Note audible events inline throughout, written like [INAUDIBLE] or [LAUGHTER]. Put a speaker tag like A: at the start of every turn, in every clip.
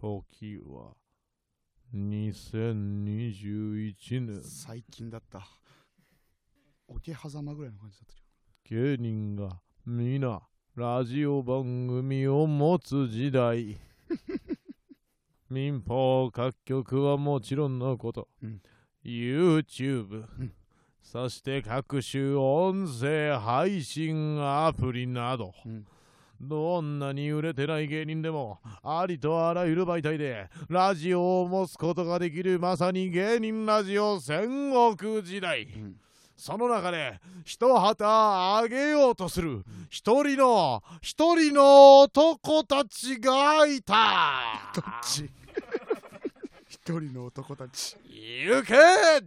A: 時は、2021年、
B: 最近だった。桶狭間ぐらいの感じだったけど。
A: 芸人が皆、ラジオ番組を持つ時代。民放各局はもちろんのこと、
B: うん
A: YouTube、
B: うん
A: そして各種音声配信アプリなど、
B: うん
A: どんなに売れてない芸人でも、ありとあらゆる媒体で、ラジオを持つことができる、まさに芸人ラジオ戦国時代。
B: うん
A: その中で、一旗あげようとする、一人の、一人の男たちがいた。
B: [LAUGHS] どっち一人の男たち。
A: 行け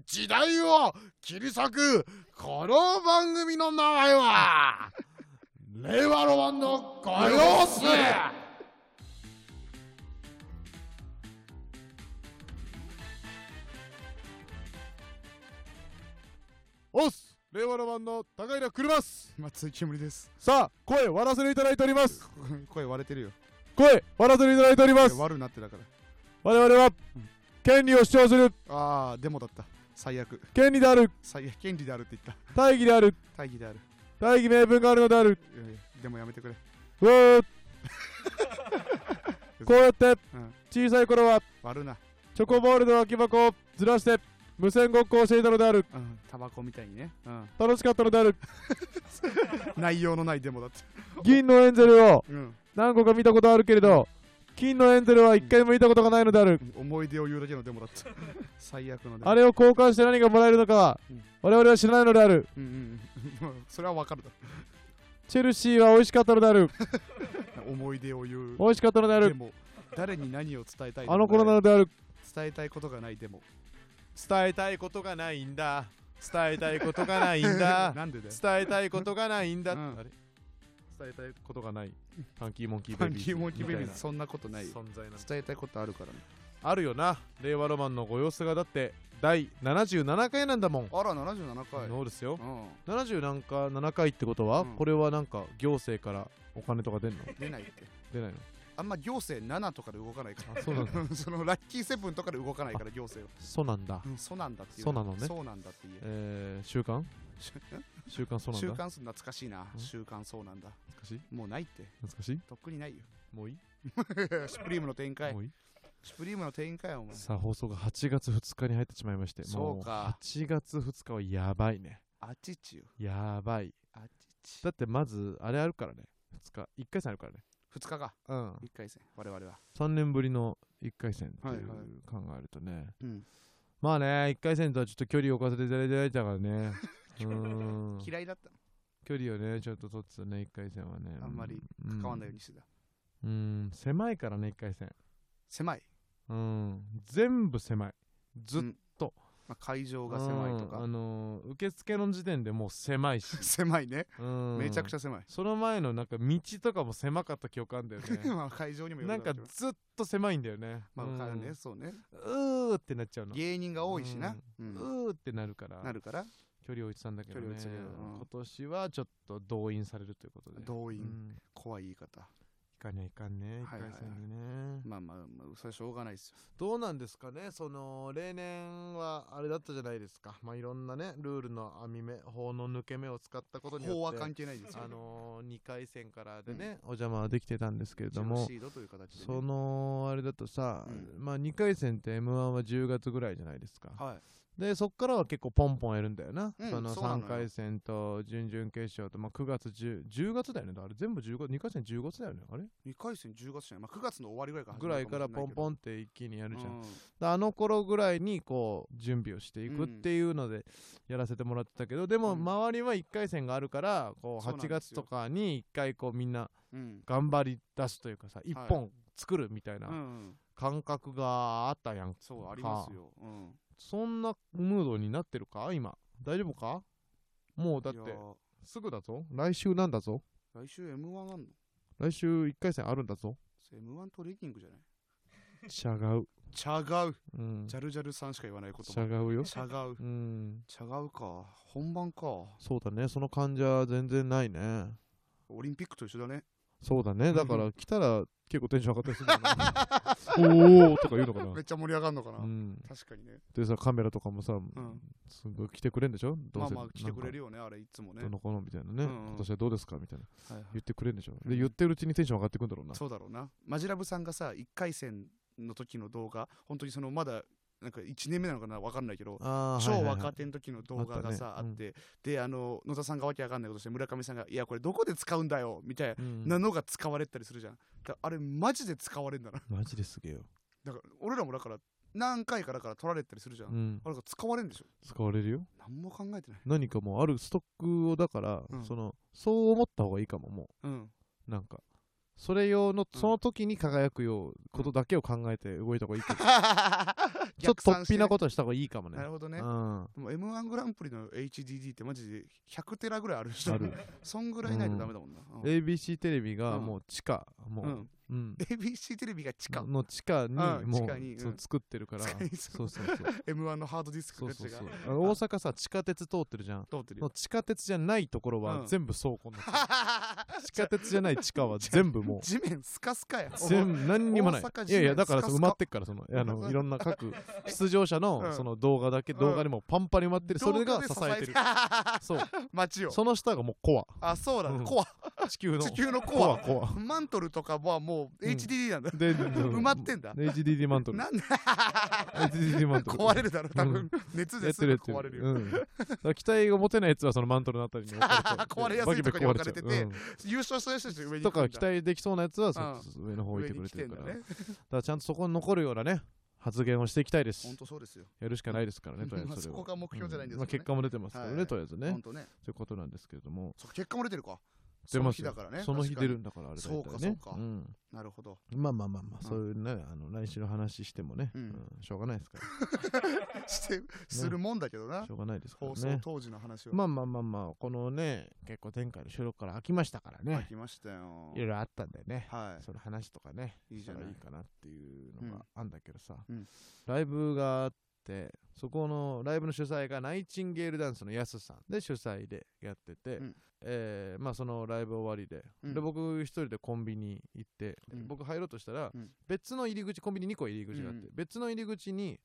A: 時代を切り裂くこの番組の名前 [LAUGHS] は令和ロマンのご様子おっす令和ロマンの高平車ます
B: 松井煙です。
A: さあ声割らせていただいております
B: 声割れてるよ。
A: 声割らせていただいておりま
B: 声
A: す
B: 割るなってだから。
A: 我々は権利を主張する
B: ああ、デモだった。最悪。
A: 権利である
B: 最悪。権利であるって言った。
A: 大義である
B: 大義である。
A: 大義名分があるのである
B: いやいやでもやめてくれ。
A: うー [LAUGHS] こうやって
B: うん
A: 小さい頃は
B: 割るな。
A: チョコボールの空き箱をずらして無線ごっこをしていたのである
B: うん。タバコみたいにね。
A: [LAUGHS]
B: うん。
A: 楽しかったのである
B: 内容のないデモだって。
A: 銀のエンゼルを
B: うん。
A: 何個か見たことあるけれど金のエンゼルは一回も見たことがないのである
B: 思い出を言うだけのデモだ [LAUGHS] った。最悪のデモ。
A: あれを交換して何がもらえるのかは
B: うん
A: 我々は知らないのである
B: うんうんうん。も [LAUGHS] うそれはわかるだ
A: チェルシーは美味しかったのである
B: ろ。思い出を言う。
A: 美味しかったのであ
B: で
A: る
B: も、誰に何を伝えたい
A: あの頃な
B: の
A: のである
B: 伝えたいことがないデモ。
A: 伝えたいことがないんだ伝えたいことがないん
B: [LAUGHS]
A: [LAUGHS]
B: なんでだよ。
A: 伝えたいことがないんだ
B: うん
A: あれ伝えたいことがないファンキーモンキー
B: フ
A: ベ
B: ァ
A: ビ
B: ン
A: ー
B: キ
A: ズ
B: ーモンキーベビーズ、
A: み
B: そんなこと
A: た
B: ないい
A: な
B: よ。
A: 存在なんだ
B: 伝えたいことあるからね。
A: あるよな令和ロマンのご様子がだって第77回なんだもん、
B: あら、77回。
A: そうですよ
B: うん。
A: 70なんか7回ってことは、
B: うん
A: これはなんか行政からお金とか出んの
B: 出ないって。
A: 出ないの
B: あんま行政7とかで動かないから。
A: あそうなん
B: [LAUGHS]
A: だ
B: そのラッキーセブンとかで動かないから、行政は。
A: そうなんだ、
B: うん、そうなんだっていう。
A: そうなのね
B: そうなんだって言え。
A: えー、週刊
B: し
A: 週刊そうなんだ
B: 週
A: 懐
B: 刊すん懐かしいな。
A: うん
B: 週刊そうなんだ。
A: かしい
B: もうないって。
A: 懐かしい
B: とっくにないよ。
A: もういい、
B: [LAUGHS] シュプリームの展開
A: も。ういい
B: シュプリームの展開、お前。
A: さあ放送が8月2日に入ってしまいまして
B: そうか
A: もう8月2日はやばいね
B: あちちよ。
A: やばい
B: あちち。
A: だってまずあれあるからね2日1回戦あるからね
B: 2日か。
A: うん
B: 1回戦。我々は。
A: 3年ぶりの1回戦って
B: はい
A: い
B: はいう
A: 考えるとね、
B: うん。
A: まあね1回戦とはちょっと距離を置かせていただいたからねうーん
B: [LAUGHS] 嫌いだったの。
A: 距離をねちょっと取ってたね1回戦はね
B: あんまり
A: うん
B: 関わんないようにしてた。
A: うん狭いからね1回戦
B: 狭い。
A: うん全部狭いずっ
B: うんまあ、会場
A: と
B: が狭いと
A: うんあ
B: か。
A: のー受付の時点でもう狭いし
B: [LAUGHS] 狭いね。
A: うん
B: めちゃくち
A: ゃ
B: ゃ狭い。
A: その前のなんか道とかも狭かった記憶あんだ
B: [LAUGHS]
A: よね
B: まあ会場にもよ
A: なん
B: るだ
A: か
B: ろうけど
A: ずっと狭いんだよね
B: まあ、わかる
A: う
B: ね。
A: ん
B: そうね。
A: うーってなっちゃうの
B: 芸人が多いしな。う。
A: うんーってなるから
B: なるから、
A: 距離を置いてたんだけどね
B: 距離を置いてたけどうん
A: 今年はちょっと動員されるということで
B: 動
A: う
B: 員。
A: ん
B: 怖い言い方。
A: いかねいかんね一
B: はい
A: 回
B: はいはい
A: 戦にね、
B: まあまあ、まあそれはしょうがないですよ。
A: どうなんですかねその例年はあれだったじゃないですかまあいろんなねルールの網目法の抜け目を使ったことによって
B: 法は関係ないですよ。
A: あのー、2回戦からでね、お邪魔はできてたんですけれ
B: ジ
A: ど
B: ェノ
A: も
B: シードという形で、
A: そ
B: ね。
A: のあれだとさ、
B: う
A: まあ2回戦って m 1は10月ぐらいじゃないですか
B: はい。
A: でそっからは結構ポンポンやるんだよな、
B: うん
A: その
B: そうなのよ
A: 3回戦と準々決勝と、まあ、9月 10, 10月だよねあれ全部15 2回戦10月だよねあれ
B: 2回戦10月じゃない、まあ、9月の終わりぐらいから
A: ぐらいからポ
B: ン
A: ンポンって一気にや
B: あ
A: るじゃん、
B: ん、
A: であの頃ぐらいにこう準備をしていくっ
B: うん
A: ていうのでやらせてもらってたけどでも
B: うん
A: 周りは1回戦があるからこう
B: そうなんです
A: 8
B: よ
A: 月とかに1回こうみんな
B: うん
A: 頑張り出すというかさ1本作るみたい
B: うんう、
A: なん感覚があったやん
B: そうありますよ、うん、
A: そんなムードになってるか今大丈夫かもうだっ
B: い
A: て
B: やー
A: すぐだぞ。来週なんだぞ。
B: 来週 M1 あんの
A: 来週1回戦あるんだぞ。
B: それ ?M1 トレーニングじゃない
A: ちゃがう。
B: ちゃがう
A: うん。
B: ジャルジャルさんしか言わない言
A: ちゃ
B: 葉
A: がうよ。
B: ちゃがう
A: うん。
B: ちゃがうか本番か
A: そうだね。その患者全然ないね。
B: オリンピックと一緒だね
A: そうだね
B: ん
A: だから来たら結構テンション上がったりするんだよ
B: [LAUGHS]
A: ねおおとか言うのかな
B: めっちゃ盛り上がるのかな、
A: うん、
B: 確かにね。
A: でさカメラとかもさ、
B: うん。
A: すごい来てくれんでしょど
B: ま
A: う
B: あ
A: せ
B: まあ来てくれる
A: よ
B: よね、あれいつもね
A: ど。の子のみたいなね、
B: うんうん
A: 今年はどうですかみたいな
B: はいはい
A: 言ってくれんでしょで言ってるうちにテンション上がってくんだろうな
B: そうだろうな。マジラブさんがさ、1回戦の時の動画、本当にそのまだなんか1年目なのかな、わかんないけど、
A: あー
B: 超
A: はいはいは
B: 若
A: い
B: 手の時の動画がさ、
A: あ
B: あ
A: ったね
B: って、で、あの、野田さんがわけわかんないことして、村上さんが、いや、これどこで使うんだよみたい
A: うん
B: なのが使われたりするじゃん。だからあれ、マジで使われんだな。
A: マジですげえよ、
B: だから、俺らもだから、何回かだから取られたりするじゃん。
A: うん
B: あれが使われんでしょ。
A: 使われるよ
B: 何も考えてない。
A: 何かもうあるストックをだから、
B: うん
A: そのそう思った方がいいかもも
B: うん。
A: うなんかそれ用の
B: うん
A: その時に輝くようことだけを考えて動いた方がいいけど、 [LAUGHS] [LAUGHS] ちょっ
B: 逆
A: と
B: 算
A: 突
B: して
A: 飛
B: ね
A: なことした方がいいかもね
B: なるほどね
A: う。ん、あ
B: でも M1 グランプリの HDD ってマジで100テラぐらいあるし、
A: る
B: そんぐらいないとダメだもんな。うん
A: ABC テレビが
B: うん
A: もう地下、もう、
B: う
A: うんん
B: ABC テレビが地下、
A: の地下に
B: うん
A: も
B: 地
A: う
B: 下にうん
A: そう作ってるから
B: 地下にそ
A: そううそうそう
B: M1 のハードディス
A: そ
B: クた
A: う
B: ち [LAUGHS]
A: そう
B: が
A: そうあの大阪さ地下鉄通ってるじゃん
B: 通ってる
A: の
B: よ。
A: 地下鉄じゃないところ
B: う
A: は
B: ん
A: 全部倉庫になってる
B: [LAUGHS]
A: 地下鉄じゃない地下は全部もう
B: 地面スカスカや。
A: 全部何にもない
B: 大阪。
A: いやいや、
B: 地面
A: だから
B: スカ
A: そ
B: スカ
A: の埋まってっから、その、あの、いろん
B: [LAUGHS]
A: な各出場者
B: うん
A: のその動画だけ、
B: うん
A: 動画でもパンパンに埋まってる。それが支え
B: [LAUGHS]
A: てる。。そう。
B: 街を。
A: その下がもうコ
B: あ、そうだ。
A: うん
B: コア。
A: ア。地球の
B: 地。球の
A: コ
B: コ
A: ア、コ
B: ア。マントルとかはもう HDD なんだ。
A: ア。
B: [LAUGHS]
A: で、
B: 埋
A: 埋
B: まってんだ。
A: HDD マントル。
B: なんだ
A: HDD マントル。
B: [LAUGHS] 壊れるだろ、多
A: う
B: 分
A: ん。
B: 熱
A: や
B: で
A: って
B: す
A: る
B: ぐ
A: やっ
B: 壊れ
A: て
B: る
A: る。
B: よ。
A: うん。だから期待が持てないやつはそのマントルのあたりに置かれちゃう
B: [LAUGHS] 壊れやすいとこに置かれてて
A: バキバキ壊れちゃう
B: 優勝した人たち
A: うん
B: 上に行
A: と
B: くんだ。
A: か期待できそうなやつは
B: うん
A: そ上の方置い
B: 上
A: てく
B: に
A: れ
B: 来
A: て
B: て
A: る
B: んだ
A: からだ
B: ね。
A: からちゃんとそこに残るようなね発言をしていきたいです
B: 本当そうですよ。
A: やるしかないで
B: [LAUGHS]
A: すからね、とりあえ
B: まあ
A: ずそれは
B: そこが目標じゃないんですけどね
A: まあ、結果も出てますけどね、
B: はい
A: とりあえずね
B: 本。当ね。
A: ということなんですけれども、
B: そう結果も出てるか。
A: 出ます
B: その日だ
A: よ
B: からね。
A: その日
B: 確かに
A: 出る。んだから、あれだよね。
B: そうかそうか
A: ん
B: なるほど。 [LAUGHS]
A: まあまあまあま
B: う
A: あ、
B: ん
A: そういうね、あの来週の話してもね、
B: うん
A: うんしょうがないですか
B: して、するもんだけどな
A: ら、し。ょうがないですから
B: 放送
A: ね。
B: 当時の話を。
A: まあまあまあまあ、このね、結構前回の収録から飽きましたから
B: あ、
A: ね、
B: きましたよ
A: い。ろいろあったんだよね。
B: はい。
A: その話とかね、
B: いいじゃない
A: したらいいかなっていうのがあんだけどさ、
B: うん
A: ライブがあって、そこのライブの主催がナイチンゲールダンスのやすさんで主催でやってて、
B: うん
A: えーまあ、そのライブ終わりで、
B: うん
A: で僕一人でコンビニ行って、
B: うん
A: 僕入ろうとしたら、
B: うん
A: 別の入り口コンビニ2個入り口があって、
B: うんう
A: 別の入り口に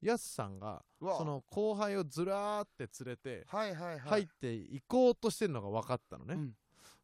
A: やすさんが
B: うわ
A: その後輩をずらーって連れて
B: はいはいは
A: 入っ
B: い。
A: ていこうとしてるのが分かったのね、
B: うん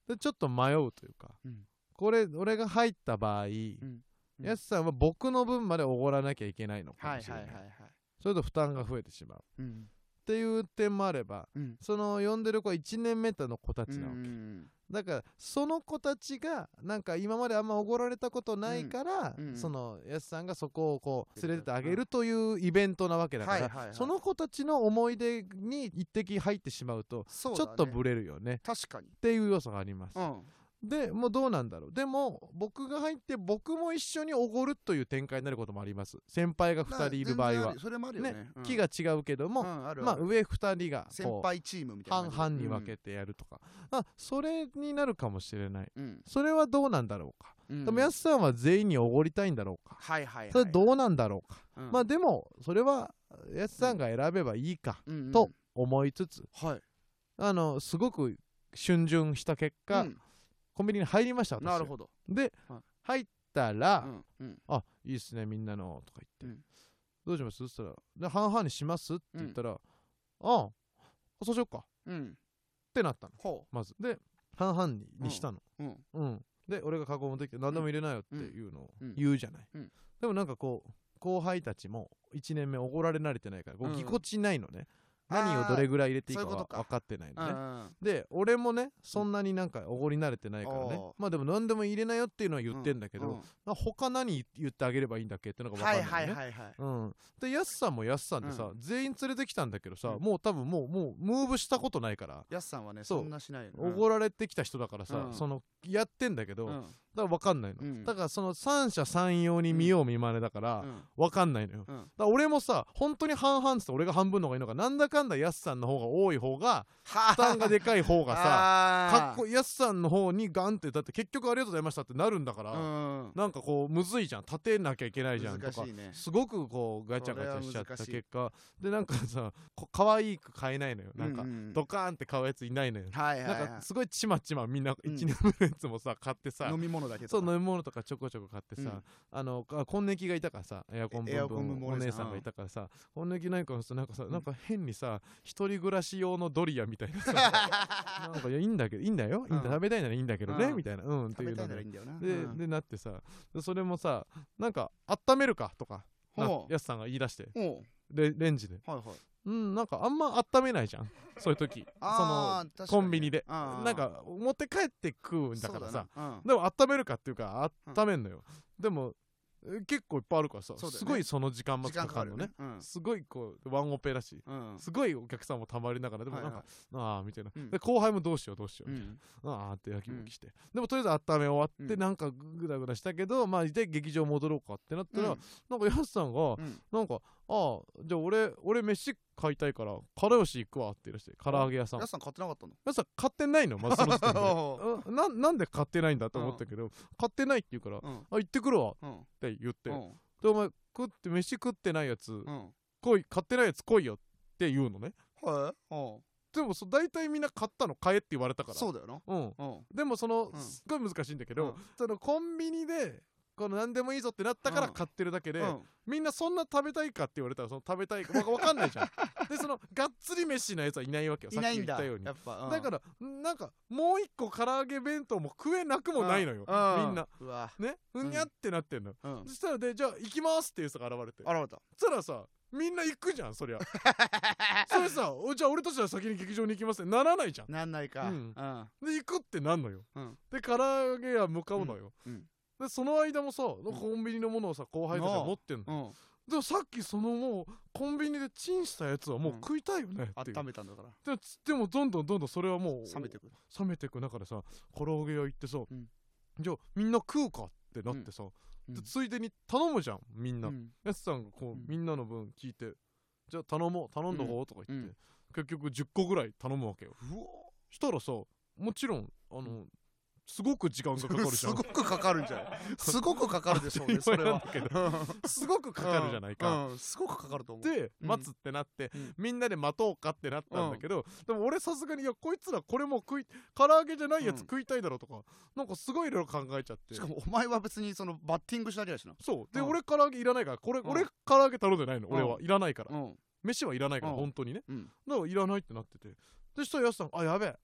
A: でちょっと迷うというか、
B: うん
A: これ俺が入った場合、
B: うん
A: やすさんは僕の分までおごらなきゃいけないのか
B: は
A: も
B: い
A: し
B: は
A: れ
B: い
A: な,、
B: はいいはい。
A: それと負担が増えてしまうっ
B: うん。
A: ていう点もあれば
B: うん。
A: その呼んでる子は1年目の子たちなわけ、
B: うん
A: だからその子たちがなんか今まであんまおごられたことないから、
B: うんうんうん
A: そのやすさんがそこをこう連れてってあげるというイベントなわけだか
B: は
A: ら、
B: いはいはい
A: その子たちの思い出に一滴入ってしまうと
B: そう
A: ち
B: だ
A: ょ
B: ね
A: っとブレるよね
B: 確かに。
A: っていう要素があります
B: う、ん。
A: でもうどうなんだろうでも僕が入って僕も一緒におごるという展開になることもあります先輩が2人いる場合
B: 全然あ
A: は
B: りそれもあるよね。うん
A: 気、が違うけども、
B: うんある
A: ま
B: あ
A: あ
B: る。
A: 上2人が
B: 先
A: こう
B: 輩チームみたいな
A: 半々
B: 感じで。
A: に分けてやるとか、あそれになるかもしれない
B: うん。
A: それはどうなんだろうか、
B: うん。
A: でもや
B: す。
A: すさんは全員におごりたいんだろうか、
B: はいはいはい。
A: それどうなんだろうか、
B: うん
A: まあでもそれはやすさんが選べばいいか
B: うんうん
A: と思いつつ、
B: はい。
A: あのすごく逡巡した結果、
B: うん
A: コンビニに入りました私
B: なるほど。
A: で、
B: はい
A: 入ったら、
B: うんうん。
A: あいいっすねみんなのとか言って、
B: うん
A: どうしますっつったらで半々にしますって言ったら、ああそうしよっかっ
B: うん。
A: てなったの
B: ほ
A: まずで半々ににしたの
B: う。うん。
A: うん、で俺がカゴ持ってきて何でも入れなよっていうのを
B: うん
A: 言うじゃない、
B: うん
A: でもなんかこう後輩たちも1年目おごられ慣れてないからこ
B: うん
A: うぎこちないのね、
B: あー
A: 何をどれぐらい入れていいか
B: そういうこ
A: は
B: とか
A: 分かってない
B: うん
A: の
B: う
A: ね、
B: んうん。
A: で俺もねそんなになんかおごり慣れてないからね、
B: おー
A: まあでも何でも入れなよっていうのは言ってんだけど、
B: うん
A: あ他何言ってあげればいいんだっけってのが分か
B: は
A: んないい、ね
B: はいはいはい。
A: うん、でやすさんもやすさんでさ、
B: う
A: 全員連れてきたんだけどさ、
B: うん
A: もう多分もうもうムーブしたことないから
B: やすさんはね、
A: そう
B: そんなしないよね。
A: おごられてきた人だからさ、
B: うん
A: そのやってんだけど、
B: う
A: だか
B: ん
A: ら分かんないの、
B: うん
A: だからその三者三様に見よう見まねだから、
B: うん
A: 分かんないのよ、
B: うん
A: だから俺もさ本当に半々っつって俺が半分の方がいいのかなんだかかんだやすさんの方が多い方が
B: は
A: 負担がでかい方
B: [LAUGHS]
A: がさ
B: さ
A: かっこいいやすさんの方にガンってだって結局ありがとうございましたってなるんだから、
B: うん
A: なんかこうむずいじゃん立てなきゃいけないじゃんと
B: 難
A: か
B: しいね
A: すごくこうガチャガチャしちゃっ
B: こ
A: た
B: れは難しい
A: 結果でなんかさこ可愛く買えないのよなんか
B: うう
A: ドカーンって買うやついないのよ
B: はいはい
A: な
B: はい
A: んかすごいちまちまみんな
B: うん
A: 1年分のやつもさ買ってさ
B: 飲み物だけ
A: そう
B: と
A: 飲
B: か
A: み物とかちょこちょこ買ってさ、
B: うん
A: あのあ今年季がいたからさエアコンブン
B: エアコンブ
A: ブ
B: ン
A: ン
B: ブン
A: お
B: お姉
A: 姉
B: さ
A: さ
B: ん
A: んがいたからさこん年季ないからさなんかさなんか変にさ一人暮らし用のドリアみたいなさなんかいやいいんだけどいいんだよ、いいんだ
B: うん
A: 食べたいならいいんだけどね、
B: うん
A: みたいなうんって
B: [LAUGHS] 食
A: い
B: べ
A: う
B: た
A: の
B: いならい
A: で
B: いんだよな
A: で,、
B: うん
A: でなってさでそれもさなんか温めるかとかな
B: ほう
A: やすさんが言い出して
B: おう
A: レレンジで
B: はいはい
A: うんなんかあんま温めないじゃんそういう時
B: あー確かにね
A: コンビニで
B: あー
A: なんか持って帰って食うんだからさ
B: そうだなうん
A: でも温めるかっていうか温めんのよ、でもえ結構いっぱいあるからさ、
B: そうだよね
A: すごいその時間ま
B: 時
A: でか
B: 間か
A: か
B: か
A: る
B: る
A: の
B: よ
A: ね
B: ねうん
A: すごいこうワンオペだし
B: うん
A: すごいお客さんもたまりながらでもなんか、
B: はい
A: ああみたいな、
B: うん
A: で後輩もどうしようどうしよう
B: う
A: みたい
B: ん
A: な、ああってやきもきして、でもとりあえず温め終わって
B: うん
A: なんかグダグダしたけど、まあで劇場戻ろうかってなったら、
B: うん
A: なんかやすさんが
B: うん
A: なんかああじゃあ俺俺飯買いたいからからよし行くわって言い出して唐揚げ屋さん
B: やすさん買ってなかったの
A: やさん買ってないのまずその時点
B: [LAUGHS]
A: で
B: お
A: うんななんで買ってないんだと思ったけど、買ってないって言うから「あ
B: うん
A: 行ってくるわ」っ
B: うん
A: て言って、
B: うん
A: でお前食って飯食ってないやつ、
B: うん
A: 来い買ってないやつ来いよって言うのね
B: はいお
A: でもそ大体みんな買ったの買えって言われたか
B: う
A: ら
B: そうだよな
A: うん、
B: うん
A: でもその、
B: うん
A: すっごい難しいんだけど、
B: うん
A: そのコンビニでこの何でもいいぞってなったから
B: うん
A: 買ってるだけで、
B: うん
A: みんなそんな食べたいかって言われたらその食べたいかわわか
B: [LAUGHS]
A: んないじゃんでそのがっつり飯のやつはいないわけよ
B: いないん
A: さっき
B: だ
A: 言ったように
B: やっぱうん
A: だからなんかもう一個唐揚げ弁当も食えなくもないのよ、
B: う
A: みんな
B: うわ
A: ねうにゃってなってんの、
B: うん
A: そしたらでじゃあ行きますっていう人が現れて
B: 現れた
A: そしたらさみんな行くじゃんそりゃ
B: [LAUGHS]
A: それさおじゃあ俺たちは先に劇場に行きますってならないじゃん
B: なんないか
A: う
B: うんん
A: で行くってなんのよ、
B: うん
A: で唐揚げ屋向かうのよ、
B: うんうん
A: でその間もさコンビニのものをさ後輩たちが持ってん
B: う
A: の、
B: ん
A: でもさっきそのもうコンビニでチンしたやつはもう食いたいよねっていう、
B: 温めたんだから
A: でつでもどんどんどんどんそれはもう
B: 冷めてくる
A: 冷めてく中でさ唐揚げ屋行ってさ、
B: うん
A: じゃあみんな食うかってなってさ、
B: うん
A: でついでに頼むじゃんみんな、
B: うん
A: やつさんがこう、
B: うん
A: みんなの分聞いてじゃあ頼もう頼んだ方とか言って、
B: うん
A: 結局10個ぐらい頼むわけよ
B: うお
A: したらさもちろんあの、すごく時間がかかるじ
B: [LAUGHS] す
A: ゃん
B: ごくかかるんじゃないすごくかかるでしょう
A: [LAUGHS]
B: ねそれは
A: 当たり前なん
B: か
A: すごくかかるじゃないか、
B: すごくかかると思う
A: で
B: うん
A: 待つってなって、
B: うん
A: みんなで待とうかってなったんだけど、でも俺さすがにいやこいつらこれも食い唐揚げじゃないやつ
B: うん
A: 食いたいだろうとか、なんかすごいいろいろ考えちゃって
B: しかもお前は別にそのバッティングしなきゃだしな
A: そうで、
B: うん
A: 俺唐揚げいらないからこれ、
B: ん
A: 俺唐揚げ頼んでないの、
B: うん
A: 俺はいらないから、
B: うん
A: 飯はいらないから、
B: うん
A: 本当にね
B: うん
A: だからいらないってなっててでしたらやすさん「あやべえ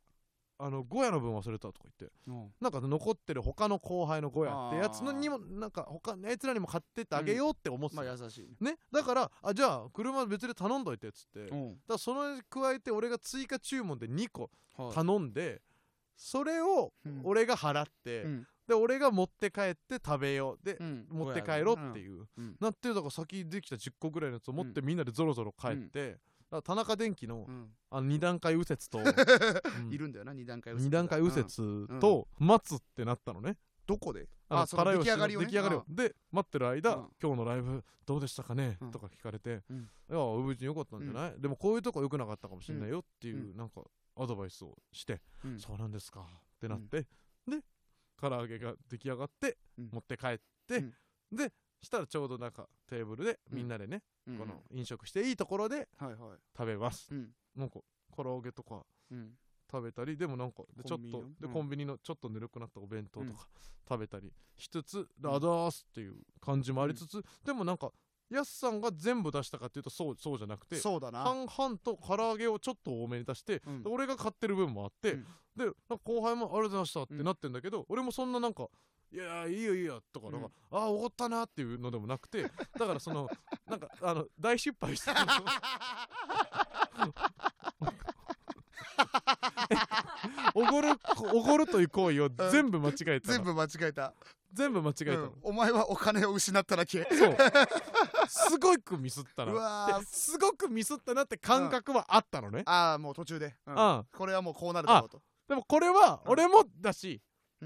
A: あのゴヤの分忘れた」とか言って
B: うん
A: なんか残ってる他の後輩のゴヤってやつの
B: あー
A: にもなんか他のやつらにも買ってってあげようって思ってた
B: まあ
A: の、
B: 優しいね
A: ねだからあじゃあ車別で頼んどいてっつって、だか
B: ん
A: らその加えて俺が追加注文で2個
B: はい
A: 頼んで、それを
B: うん
A: 俺が払って、
B: うん
A: で俺が持って帰って食べようで、
B: うん
A: 持って帰ろうっていう、
B: うんうん
A: なってるだから先にできた10個ぐらいのやつを持ってみんなでぞろぞろ帰って、だから田中電機の、
B: うん
A: あの2段階右折
B: [LAUGHS]
A: と、うん
B: いるんだよな二段階右折
A: 二段階右
B: う
A: 折
B: ん
A: と待つってなったのね、
B: どこで
A: の
B: あその
A: 唐揚
B: 出
A: げを
B: 来上がりをね
A: 出来上がりをで待ってる間、
B: うん
A: 今日のライブどうでしたかね、
B: うん
A: とか聞かれて、
B: うん
A: いやうぶちんよかったんじゃない、でもこういうとこ良くなかったかもしれないよっていう、
B: う
A: なんかアドバイスをして、
B: うん
A: そうなんですかってなって、で唐揚げが出来上がって、
B: うん
A: 持って帰って、でしたらちょうどなんかテーブルでみんなでね、
B: うん
A: この飲食していいところで
B: はいはい
A: 食べます、
B: うん
A: なんか唐揚げとか
B: うん
A: 食べたりでもなんかでち
B: コ
A: ょっ
B: ンビニの
A: とで
B: うん
A: コンビニのちょっとぬるくなったお弁当
B: うん
A: とか食べたりしつつ「であだーす」っていう感じもありつつでもなんかやすさんが全部出したかっていうとそうそうじゃなくて
B: そうだな
A: 半々と唐揚げをちょっと多めに出して
B: うん
A: で俺が買ってる分もあって
B: う
A: で
B: ん
A: なんか後輩も「ありがとうございました」って
B: うん
A: なってんだけど俺もそんななんか「いやーいいよいいよ」とかなんか「ああおごったな」っていうのでもなくてだからその [LAUGHS] なんかあの大失敗したの [LAUGHS] おごるおごるという行為を全部間違えた
B: 全
A: の
B: 部間違えた
A: 全部間違えた
B: う
A: の
B: んお前はお金を失っただけ
A: そうすごくミスった
B: う
A: な
B: わー
A: ですごくミスったなって感覚はあったのね
B: ああもう途中でう
A: うんん
B: これはもうこうなるだろうと
A: でもこれは
B: うん
A: 俺もだ
B: う
A: し、
B: ん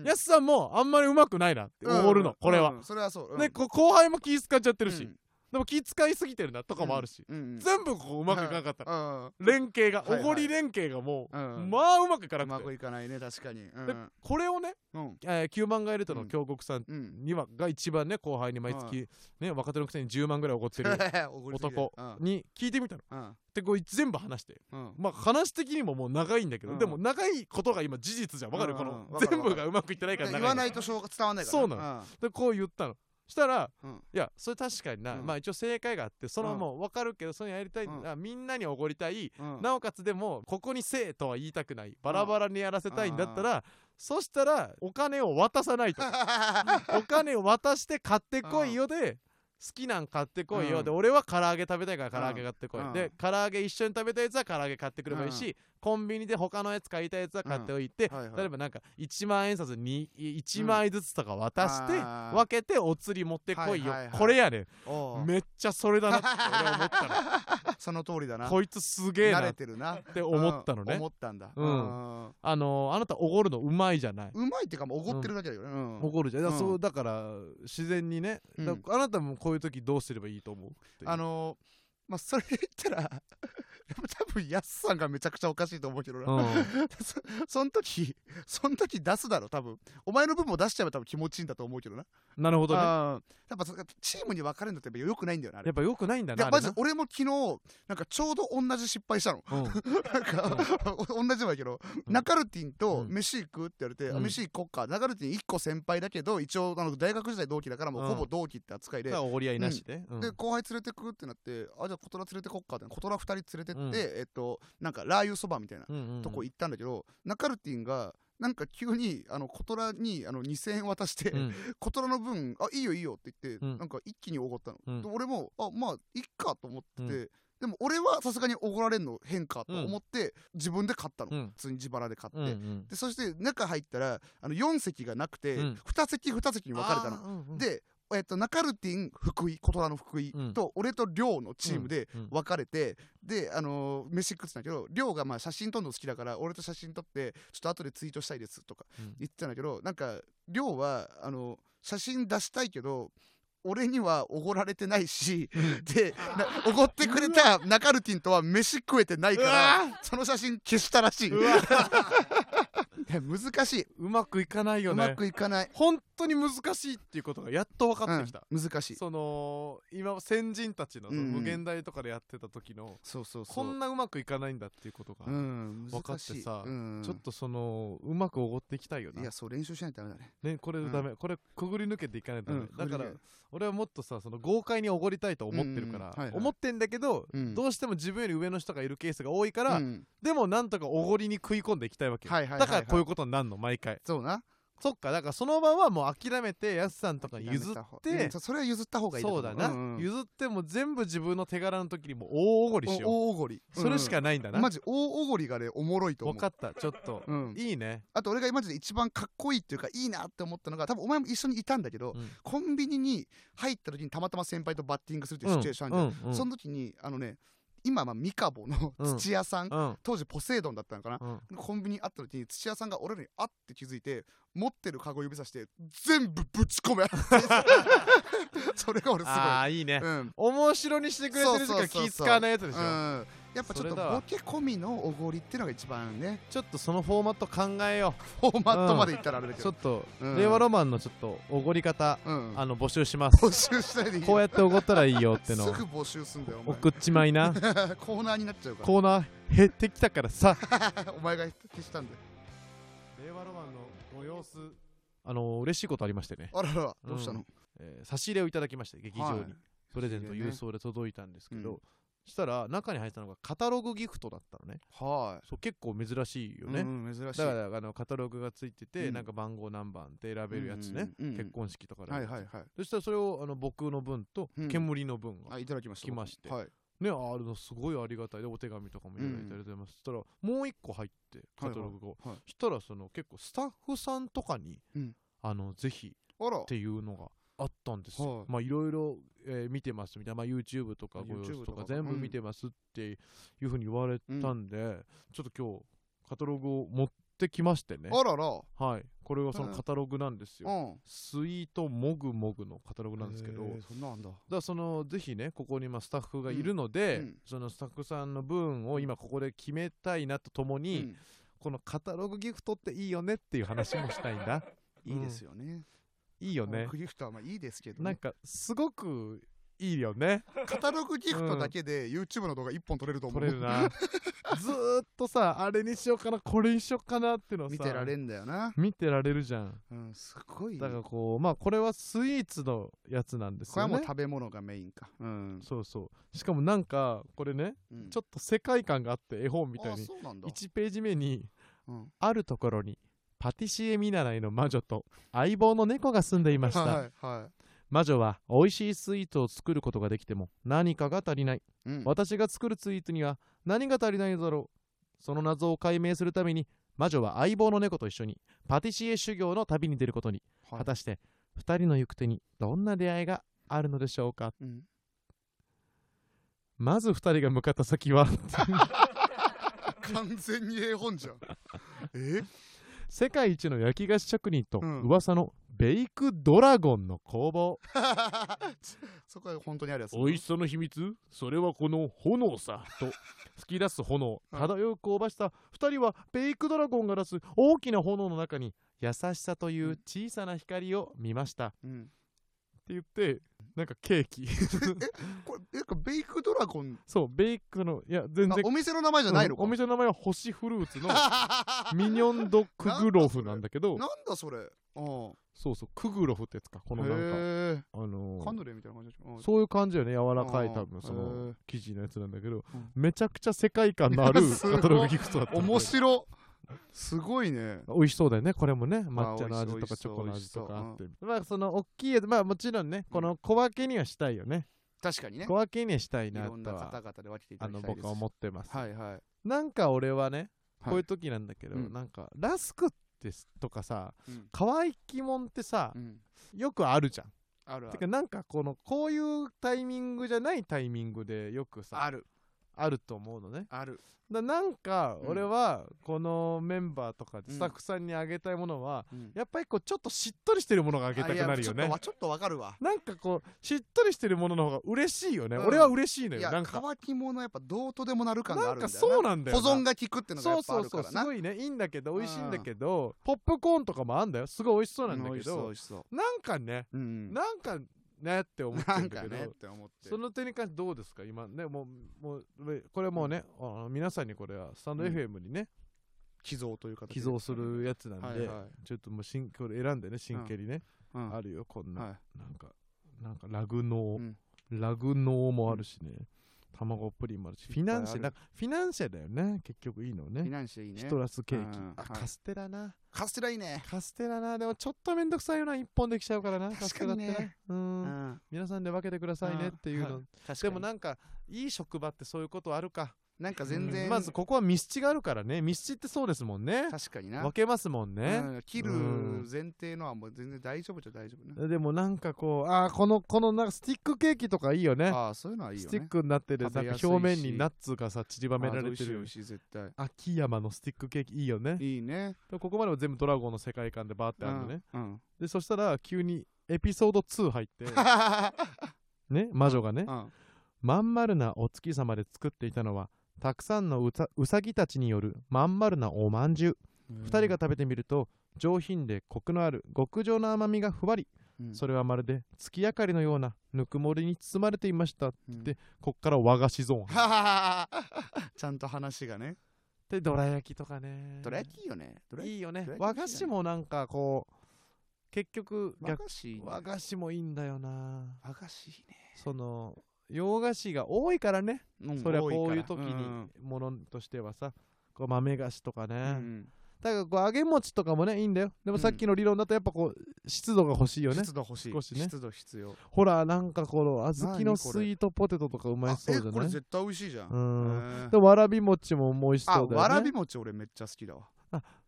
A: やすさんもあんまりうまくないなって
B: うん
A: おごるの、これは
B: う。んそれはそううん
A: でこ後輩も気使っちゃってるし、
B: うん
A: でも気使いすぎてるなとかもあるし、
B: うんうん
A: 全部こううまくいかなかった、
B: うん
A: 連携が
B: はいはい
A: おごり連携がもう、
B: うん
A: まあうまくいかな
B: うま
A: くて
B: くいかないね確かにう
A: で
B: ん
A: これをね、
B: うん
A: えー、9万がいるとの
B: うん
A: 京極さん
B: うん
A: にはが一番ね後輩に毎月、
B: は
A: ね若手のくせに10万ぐらいおごってる
B: [LAUGHS] 怒りすぎて
A: 男
B: うん
A: に聞いてみたの
B: うん
A: でこう全部話して
B: うん
A: まあ話的にももう長いんだけど、
B: うん
A: でも長いことが今事実じゃんわかる、
B: うん
A: こ
B: うん
A: の
B: わかる
A: 全部がうまくいってないから長い
B: 言わないとしょうが伝わんないから
A: そうなでこう言ったのしたら、
B: うん
A: いやそれ確かにな、
B: うん
A: まあ一応正解があってその
B: うん
A: もう分かるけどそういうのやりたい、
B: うん
A: あみんなにおごりたい、
B: うん [LAUGHS] うん
A: なおかつでもここにせえとは言いたくないバラバラにやらせたいんだったら、そしたらお金を渡さ
B: [LAUGHS]
A: ないとお金を渡して買ってこいよで好きなん買ってこいよ、
B: うん
A: で俺は唐揚げ食べたいから唐揚げ買ってこい、
B: うん
A: で唐揚げ一緒に食べたやつは唐揚げ買ってくればいいし、コンビニで他のやつ買いたいやつは買っておいて、
B: うんはいはい
A: 例えばなんか1万円札に1枚ずつとか渡して、
B: あー
A: 分けてお釣り持ってこいよ、
B: はいはいはい
A: これやね
B: お
A: ん
B: う
A: めっちゃそれだなって俺は思ったの
B: その通りだな
A: こいつすげえ
B: 慣
A: な
B: れ
A: って
B: るな
A: て思ったのね、
B: うん思ったんだ
A: う
B: うん
A: あのーあなたおごるのうまいじゃない、
B: うまいってかもう怒ってるだけだよねうん
A: おごるじゃんだから,、
B: うん
A: そうだから自然にね、
B: うん
A: だからあなたもこういう時どうすればいいと思う
B: あのーまあそれで言ったら [LAUGHS] でも多分やすさんがめちゃくちゃおかしいと思うけどな
A: うん
B: [LAUGHS] そそん時そん時出すだろ多分お前の分も出しちゃえば多分気持ちいいんだと思うけどな
A: なるほどね。
B: あーやっぱそチームに分かれるのってやっぱ良くないんだよなあれ
A: やっぱ良くないんだ
B: い
A: な。
B: や
A: あれ
B: ま
A: な
B: ず俺も昨日なんかちょうど同じ失敗したの [LAUGHS]
A: うん
B: なんか、お同じもやけど、
A: うん
B: ナカルティンと
A: うん
B: 飯行くって言われて、あ
A: うん
B: 飯行こっかナカルティン1個先輩だけど一応あの大学時代同期だからもうほぼ同期って扱いで
A: だから、おごり合いなしで。うん
B: で後輩連れてくってなってあじゃあ琴ラ連れてこっかって琴ラ2人連れてって、
A: うん
B: えっとなんかラー油そばみたいな
A: うんうんうん
B: とこ行ったんだけど、ナカルティンがなんか急にあのコトラにあの2000円渡して、
A: うん
B: コトラの分「あいいよいいよ」って言って、
A: うん
B: なんか一気におごったの、
A: うん
B: で俺も「あまあいっか」と思ってて、
A: うん
B: でも俺はさすがにおごられんの変かと思って、自分で買ったの、
A: うん
B: 普通に自腹で買って、
A: うんうん
B: でそして中入ったらあの4席がなくて、
A: うん
B: 2席2席に分かれたの
A: あーうんうん
B: で、えっと、ナカルティン福井琴田の福井
A: うん
B: と俺と亮のチームで
A: うん
B: 分かれて、で、あのー飯食ってたんだけど亮がまあ写真撮るの好きだから俺と写真撮ってちょっと後でツイートしたいですとか
A: うん
B: 言ってたんだけど、なんか亮はあの写真出したいけど俺にはおごられてないし、で、なおごってくれたナカルティンとは飯食えてないから
A: う、
B: その写真消したらしい。いう
A: わ
B: や難 [LAUGHS] しい。
A: うまくいかないうよ
B: ま
A: ね。
B: くいかない。
A: 本当に難しいっていうことがやっと分かってきた。
B: うん難しい。
A: その今先人たちの
B: うん
A: そ
B: う
A: の
B: ん
A: 無限大とかでやってた時の
B: そうそうそう。
A: こんなうまくいかないんだっていうことが
B: うん、
A: 分かっ
B: 難
A: て
B: しい
A: さ
B: うん、
A: ちょっとそのうまくおごっていきたいよない
B: や、そう、練習しないとダメだね。
A: ねこれダメこれくぐり抜けていかないとダメ
B: うん
A: だ
B: くぐ
A: から
B: り抜け
A: 俺はもっとさその豪快におごりたいと思ってる
B: うんう
A: か
B: んはい
A: ら
B: はい
A: 思ってんだけど
B: うん
A: どうしても自分より上の人がいるケースが多いから、
B: うん
A: でもなんとかおごりに食い込んでいきたいわけよ、
B: はいはいはいはい
A: だからこういうことになるの毎回
B: そうな。
A: そっかだからその場はもう諦めてやすさんとかに譲
B: やめ
A: っ
B: た方
A: て
B: うんそそれは譲った方がいいと
A: そ
B: 思
A: うだな、
B: んん
A: 譲っても全部自分の手柄の時にもう大おごりしよう
B: お大おごり。
A: それしかないんだ
B: うん
A: な、
B: マジ、大おごりがね、おもろいと思
A: 分
B: う。
A: かったちょっと、
B: うん、
A: いいね
B: あと俺がマジで一番かっこいいっていうかいいなって思ったのが多分お前も一緒にいたんだけど、
A: うん
B: コンビニに入った時にたまたま先輩とバッティングするっていうシチュエーションあるじゃん
A: うんうんうん
B: その時にあのね今まあミカボの
A: うん
B: 土屋さん、
A: うん
B: 当時ポセイドンだったのかな、
A: うん
B: コンビニに会った時に土屋さんが俺らにあって気づいて持ってるカゴ指さして全部ぶち込め
A: [LAUGHS]
B: それが俺す
A: ああいいね
B: ごい、うん
A: 面白にしてくれてる時
B: そうそう
A: は
B: そうそう
A: 気使わないやつでしょ
B: うん、やっぱちょっ
A: それ
B: と
A: だわ
B: ボケ込みのおごりっていうのが一番ね
A: ちょっとそのフォーマット考えよ
B: フォーマットまでいったらあれだ
A: う
B: け
A: ちょ
B: ど
A: っ、と、
B: うん
A: 令和ロマンのちょっとおごり方、
B: うん、
A: あの募集します
B: 募集したいでいい
A: こう
B: っ
A: やっておごったらいいよって
B: すぐ
A: のを
B: 募集すんだよお前
A: 送っちまいな
B: コーナーになっちゃうか
A: コーナー減ってきたからさ
B: らお前が消したんだよ
A: 令和ロマンのご様子あの嬉しいことありましてね、
B: あらららどうしたの、
A: えー差し入れをいただきまして劇場に、
B: はい
A: プレゼント
B: 差し入れね
A: 郵送で届いたんですけど、
B: うん
A: したら中に入ってたのがカタログギフトだったのね
B: は
A: そう結構珍しい
B: い
A: よね、
B: うんうん珍しい
A: だからあのカタログがついてて、
B: うん
A: なんか番号何番って選べるやつね、
B: うんうんうん
A: 結婚式とかで、
B: はいはいはい
A: そしたらそれをあの僕の分と
B: うん
A: 煙の分が、
B: あいただきました
A: 来まして
B: はい
A: ねあーのすごいありがたいでお手紙とかもいただいてありがとうございます、そしたらもう一個入ってカタログが、
B: はい
A: したらその結構スタッフさんとかに、
B: うん
A: あのぜひ
B: あら
A: っていうのがあったんですよ。
B: はい
A: まあいろいろ、えー見てますみたいな、まあ、YouTube とかご様
B: YouTube
A: 子とか
B: とか
A: 全部見てますっていうふうに言われたんで、ちょっと今日カタログを持っってきましてね
B: あらら
A: はいこれはそのカタログなんですよ、
B: うん
A: スイートもぐもぐのカタログなんですけど、
B: へえそんなんだ
A: だからそのぜひねここにまあスタッフがいるので、
B: うんうん
A: そのスタッフさんの分を今ここで決めたいなととも
B: う
A: に、
B: ん
A: このカタログギフトっていいよねっていう話もしたいんだ
B: いいですよね
A: いいよね
B: クギフトはまあいいですけど
A: なん
B: ね
A: かすごくいいよね
B: カタログギフトだけで YouTube の動画一本撮れると思
A: 取れ
B: う
A: るな
B: [LAUGHS]
A: ずーっとさあれにしようかなこれにしようかなっていうのをさ
B: 見てられんだよな
A: 見てられるじゃん
B: うんすごい
A: だから
B: こ
A: こうまあこれはスイーツのやつなんです
B: れ
A: よ
B: はもう
A: ね
B: 食べ物がメインかうん
A: そうそうしかもなんかこれねちょ
B: っ
A: っと世界観があって絵本
B: と
A: みたいに
B: そうなんだ
A: 1ページ目に
B: うん
A: あるところにパティシエ見習いの魔女と相棒の猫が住んでいました、
B: はいは
A: 魔女は美味しいスイーツを作ることができても何かが足りない
B: いうん
A: 私が作るスイーツには何が足りないのだろうその謎を解明するために魔女は相棒の猫と一緒にパティシエ修行の旅に出ることに
B: はい
A: 果たして2人の行く手にどんな出会いがあるのでしょうか
B: うん
A: まず2人が向かった先
B: [LAUGHS]
A: は
B: 完全に絵本じゃんえ [LAUGHS]
A: 世界一の焼き菓子職人と
B: うん
A: 噂のベイクドラゴンの工房
B: そこは本当にあるやつ
A: 美味しさの秘密それはこの炎さと突き出す炎
B: うん
A: 漂う香ばしさ2人はベイクドラゴンが出す大きな炎の中に優しさという小さな光を見ましたっ
B: うん
A: て言ってなんかケーキ [LAUGHS]
B: これなんかベイクドラゴン
A: そうベイクのいや全
B: あ
A: 然
B: お店の名前じゃないのか、
A: うんお店の名前は星フルーツ
B: [LAUGHS]
A: の
B: な
A: ミニョンドクグロフなんだけど
B: んだそれうん
A: そうそうクグロフってやつかこのなんか
B: へ
A: あの
B: え
A: ー
B: カヌレみたいな感じだうん
A: そういう感じよね柔らかい
B: うん
A: 多分そ
B: へえ
A: の生地のやつなんだけど、
B: うん
A: めちゃくちゃ世界観のある
B: [LAUGHS] すごい
A: カタログギフトだったんで
B: 面白すごいね
A: 美味しそうだよねこれもね
B: まあ
A: 抹茶の味と
B: 美味
A: か
B: し
A: チ
B: そう
A: ョコの
B: 美味
A: 味
B: しそ
A: と
B: う
A: かあってまあその大きいやつまあもちろんねこの小分けにはしたいよね
B: 確かにね
A: 小分けにはしたい
B: い
A: な
B: ろん
A: と
B: な
A: は
B: 方々で分けていた
A: あ
B: だ
A: の
B: きたいで
A: 僕
B: す
A: は思ってます
B: はいはい
A: なんか俺はね
B: はい
A: こういう時なんだけど
B: うん
A: なんかラスクですとかさ
B: うん
A: 可愛きもんってさ
B: うん
A: よくあるじゃん
B: あるあ
A: てか
B: る
A: なんかこのこういうタイミングじゃないタイミングでよく
B: あ
A: さ
B: る
A: あると思うのね
B: ある
A: だなんか
B: うん
A: 俺はこのメンバーとか
B: うん
A: スタッフさんにあげたいものは
B: うん
A: やっぱりこうちょっとしっとりしてるものがあげたくな
B: あいや
A: る
B: ちょ
A: よ
B: っと
A: ね
B: わちょっとわかるわ
A: なんかこうしっとりしてるものの方が嬉しいよね、
B: うん
A: 俺は嬉しいの
B: い
A: よな
B: や
A: んか
B: 乾き物やっぱどうとでもなる感が
A: な
B: あ
A: ん
B: るんだ
A: か
B: よ
A: そうなんだよな
B: 保存が効くってのがやっ
A: そう
B: ぱあ
A: そう
B: る
A: そ
B: か
A: う
B: ら
A: す
B: な
A: ごいねいいんだけど
B: うん
A: 美味しいんだけどポップコーンとかもあんだよすごい美味しそうなんだ
B: 美
A: け
B: 味しそう美
A: ど
B: 味しそう
A: なんかね
B: うん
A: なんかねって思って
B: な
A: るん
B: ん
A: だ
B: か
A: けど、
B: ねって思って
A: その点に関してどうですか今ねもうもうこれもうね、あの皆さんにこれはスタンド
B: うん
A: FM にね、
B: 寄贈という形
A: 寄贈するやつなんで、
B: はいは
A: ちょっともうしんこれ選んでね真剣にね、
B: い、うん
A: あるよこんな、
B: は
A: なんかなんかラグノー、
B: うん
A: ラグノーもあるしね、卵プリンもある
B: い
A: し
B: っ
A: フ
B: ぱ
A: ィ
B: いあ
A: ナ
B: る
A: ンシェなんかフィナンシェだよね結局いいの
B: い、フィ
A: ね
B: ナンシェいい
A: シ
B: ね
A: トラスケーキ、
B: うん
A: あ
B: はい
A: カステラな
B: カステラいいね
A: カステラなでもちょっとめんどくさいよな一本できちゃうからなカス
B: 確か
A: テラっ
B: に
A: て
B: ね
A: ねう
B: うんん
A: 皆さんで分けてくださいねっていうの、
B: うん確かに
A: でもなんかいい職場ってそういうことあるか
B: なんか全然、
A: うんまずここはミスチがあるからねミスチってそうですもんね
B: 確かにな
A: 分けますもんね、
B: うん、切る
A: うん
B: 前提のはもう全然大丈夫じゃ大丈夫ね、
A: でもなんかこうあーこのこのなんかスティックケーキとかいいよね
B: ああそういうのはいい
A: ス
B: よ
A: ティッ
B: ね
A: クになってて
B: 食べ
A: なん
B: やす
A: か
B: いし
A: 表面にナッツがさ散りば
B: あ
A: め
B: あ美
A: られ
B: 味
A: て
B: しい美
A: る
B: 味しい絶対
A: 秋山のスティックケーキいいよね
B: いいね
A: でここまでも全部ドラゴンの世界観でバーってあるのね、
B: うんうん、
A: でそしたら急にエピソード2入って
B: [LAUGHS]
A: ね魔女がね
B: うん
A: まん丸なお月様で作っていたのはたくさんのうさうさぎたちによるまん丸なおまんじゅう2人が、食べてみると上品でコクのある極上の甘みがふわり
B: うん
A: それはまるで月明かりのようなぬくもりに包まれていました
B: うん [LAUGHS]
A: でこっから和菓子ゾーン
B: ちゃんと話がね
A: でどら焼きとかね
B: ドラ焼きいいよねドラ焼
A: いいよね
B: どら焼き
A: 和菓子もなんかこう結局
B: き和
A: 逆
B: 菓子いいね
A: 和菓子もいいんだよな
B: 和菓子いいね
A: その洋菓子が多いからね、
B: うん
A: それは
B: 多
A: こういう
B: か
A: 時
B: ら
A: にものとしてはさこう豆菓子とかね、
B: うんうん
A: だからこう揚げ餅とかもねいいんだよでもさっきの理論だとやっぱこう湿度が欲しいよね
B: 湿度欲しい
A: 少しね
B: 湿度必要
A: ほらなんかこの小豆の
B: 何これ
A: スイートポテトとかうまいそうじゃ
B: あえこ
A: な
B: れ
A: い
B: 絶対美味しいじゃん、
A: うん
B: へー
A: でわらび餅も美味し
B: あ
A: そうだよね
B: わらび餅俺めっちゃ好きだわ、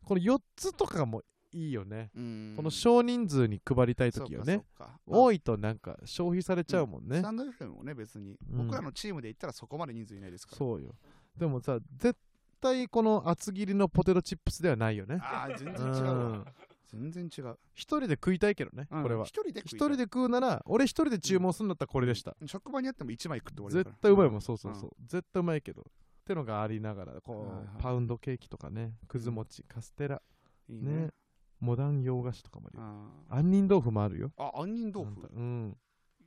A: この4つとかもいいよね、
B: うん
A: この少人数に配りたい時よね
B: そうかそうか
A: 多いとなんか消費されちゃうもんね、
B: スタンド FM もね別に、
A: うん
B: 僕らのチームで言ったらそこまで人数いないですから
A: そうよでもさ絶対この厚切りのポテトチップスではないよね
B: ああ全
A: う
B: 然違うわ、
A: ん
B: 全然違う、
A: 一人で食いたいけどね、
B: うん
A: これは
B: 一人で
A: 一
B: 食いたい
A: 人で食うなら俺一人で注文するんだったらこれでした、
B: 職場にあっても一枚食って終わりだ
A: 絶
B: から
A: 対うまいもんそうそうそうう、絶対うまいけどってのがありながらこう、
B: はいはい
A: パウンドケーキとかねくず餅カステラ
B: いい
A: ね
B: ね
A: モダン洋菓子とかもあるよ
B: あ
A: 杏仁豆腐もあるよ
B: ーあ杏仁豆
A: なん
B: 腐
A: だうん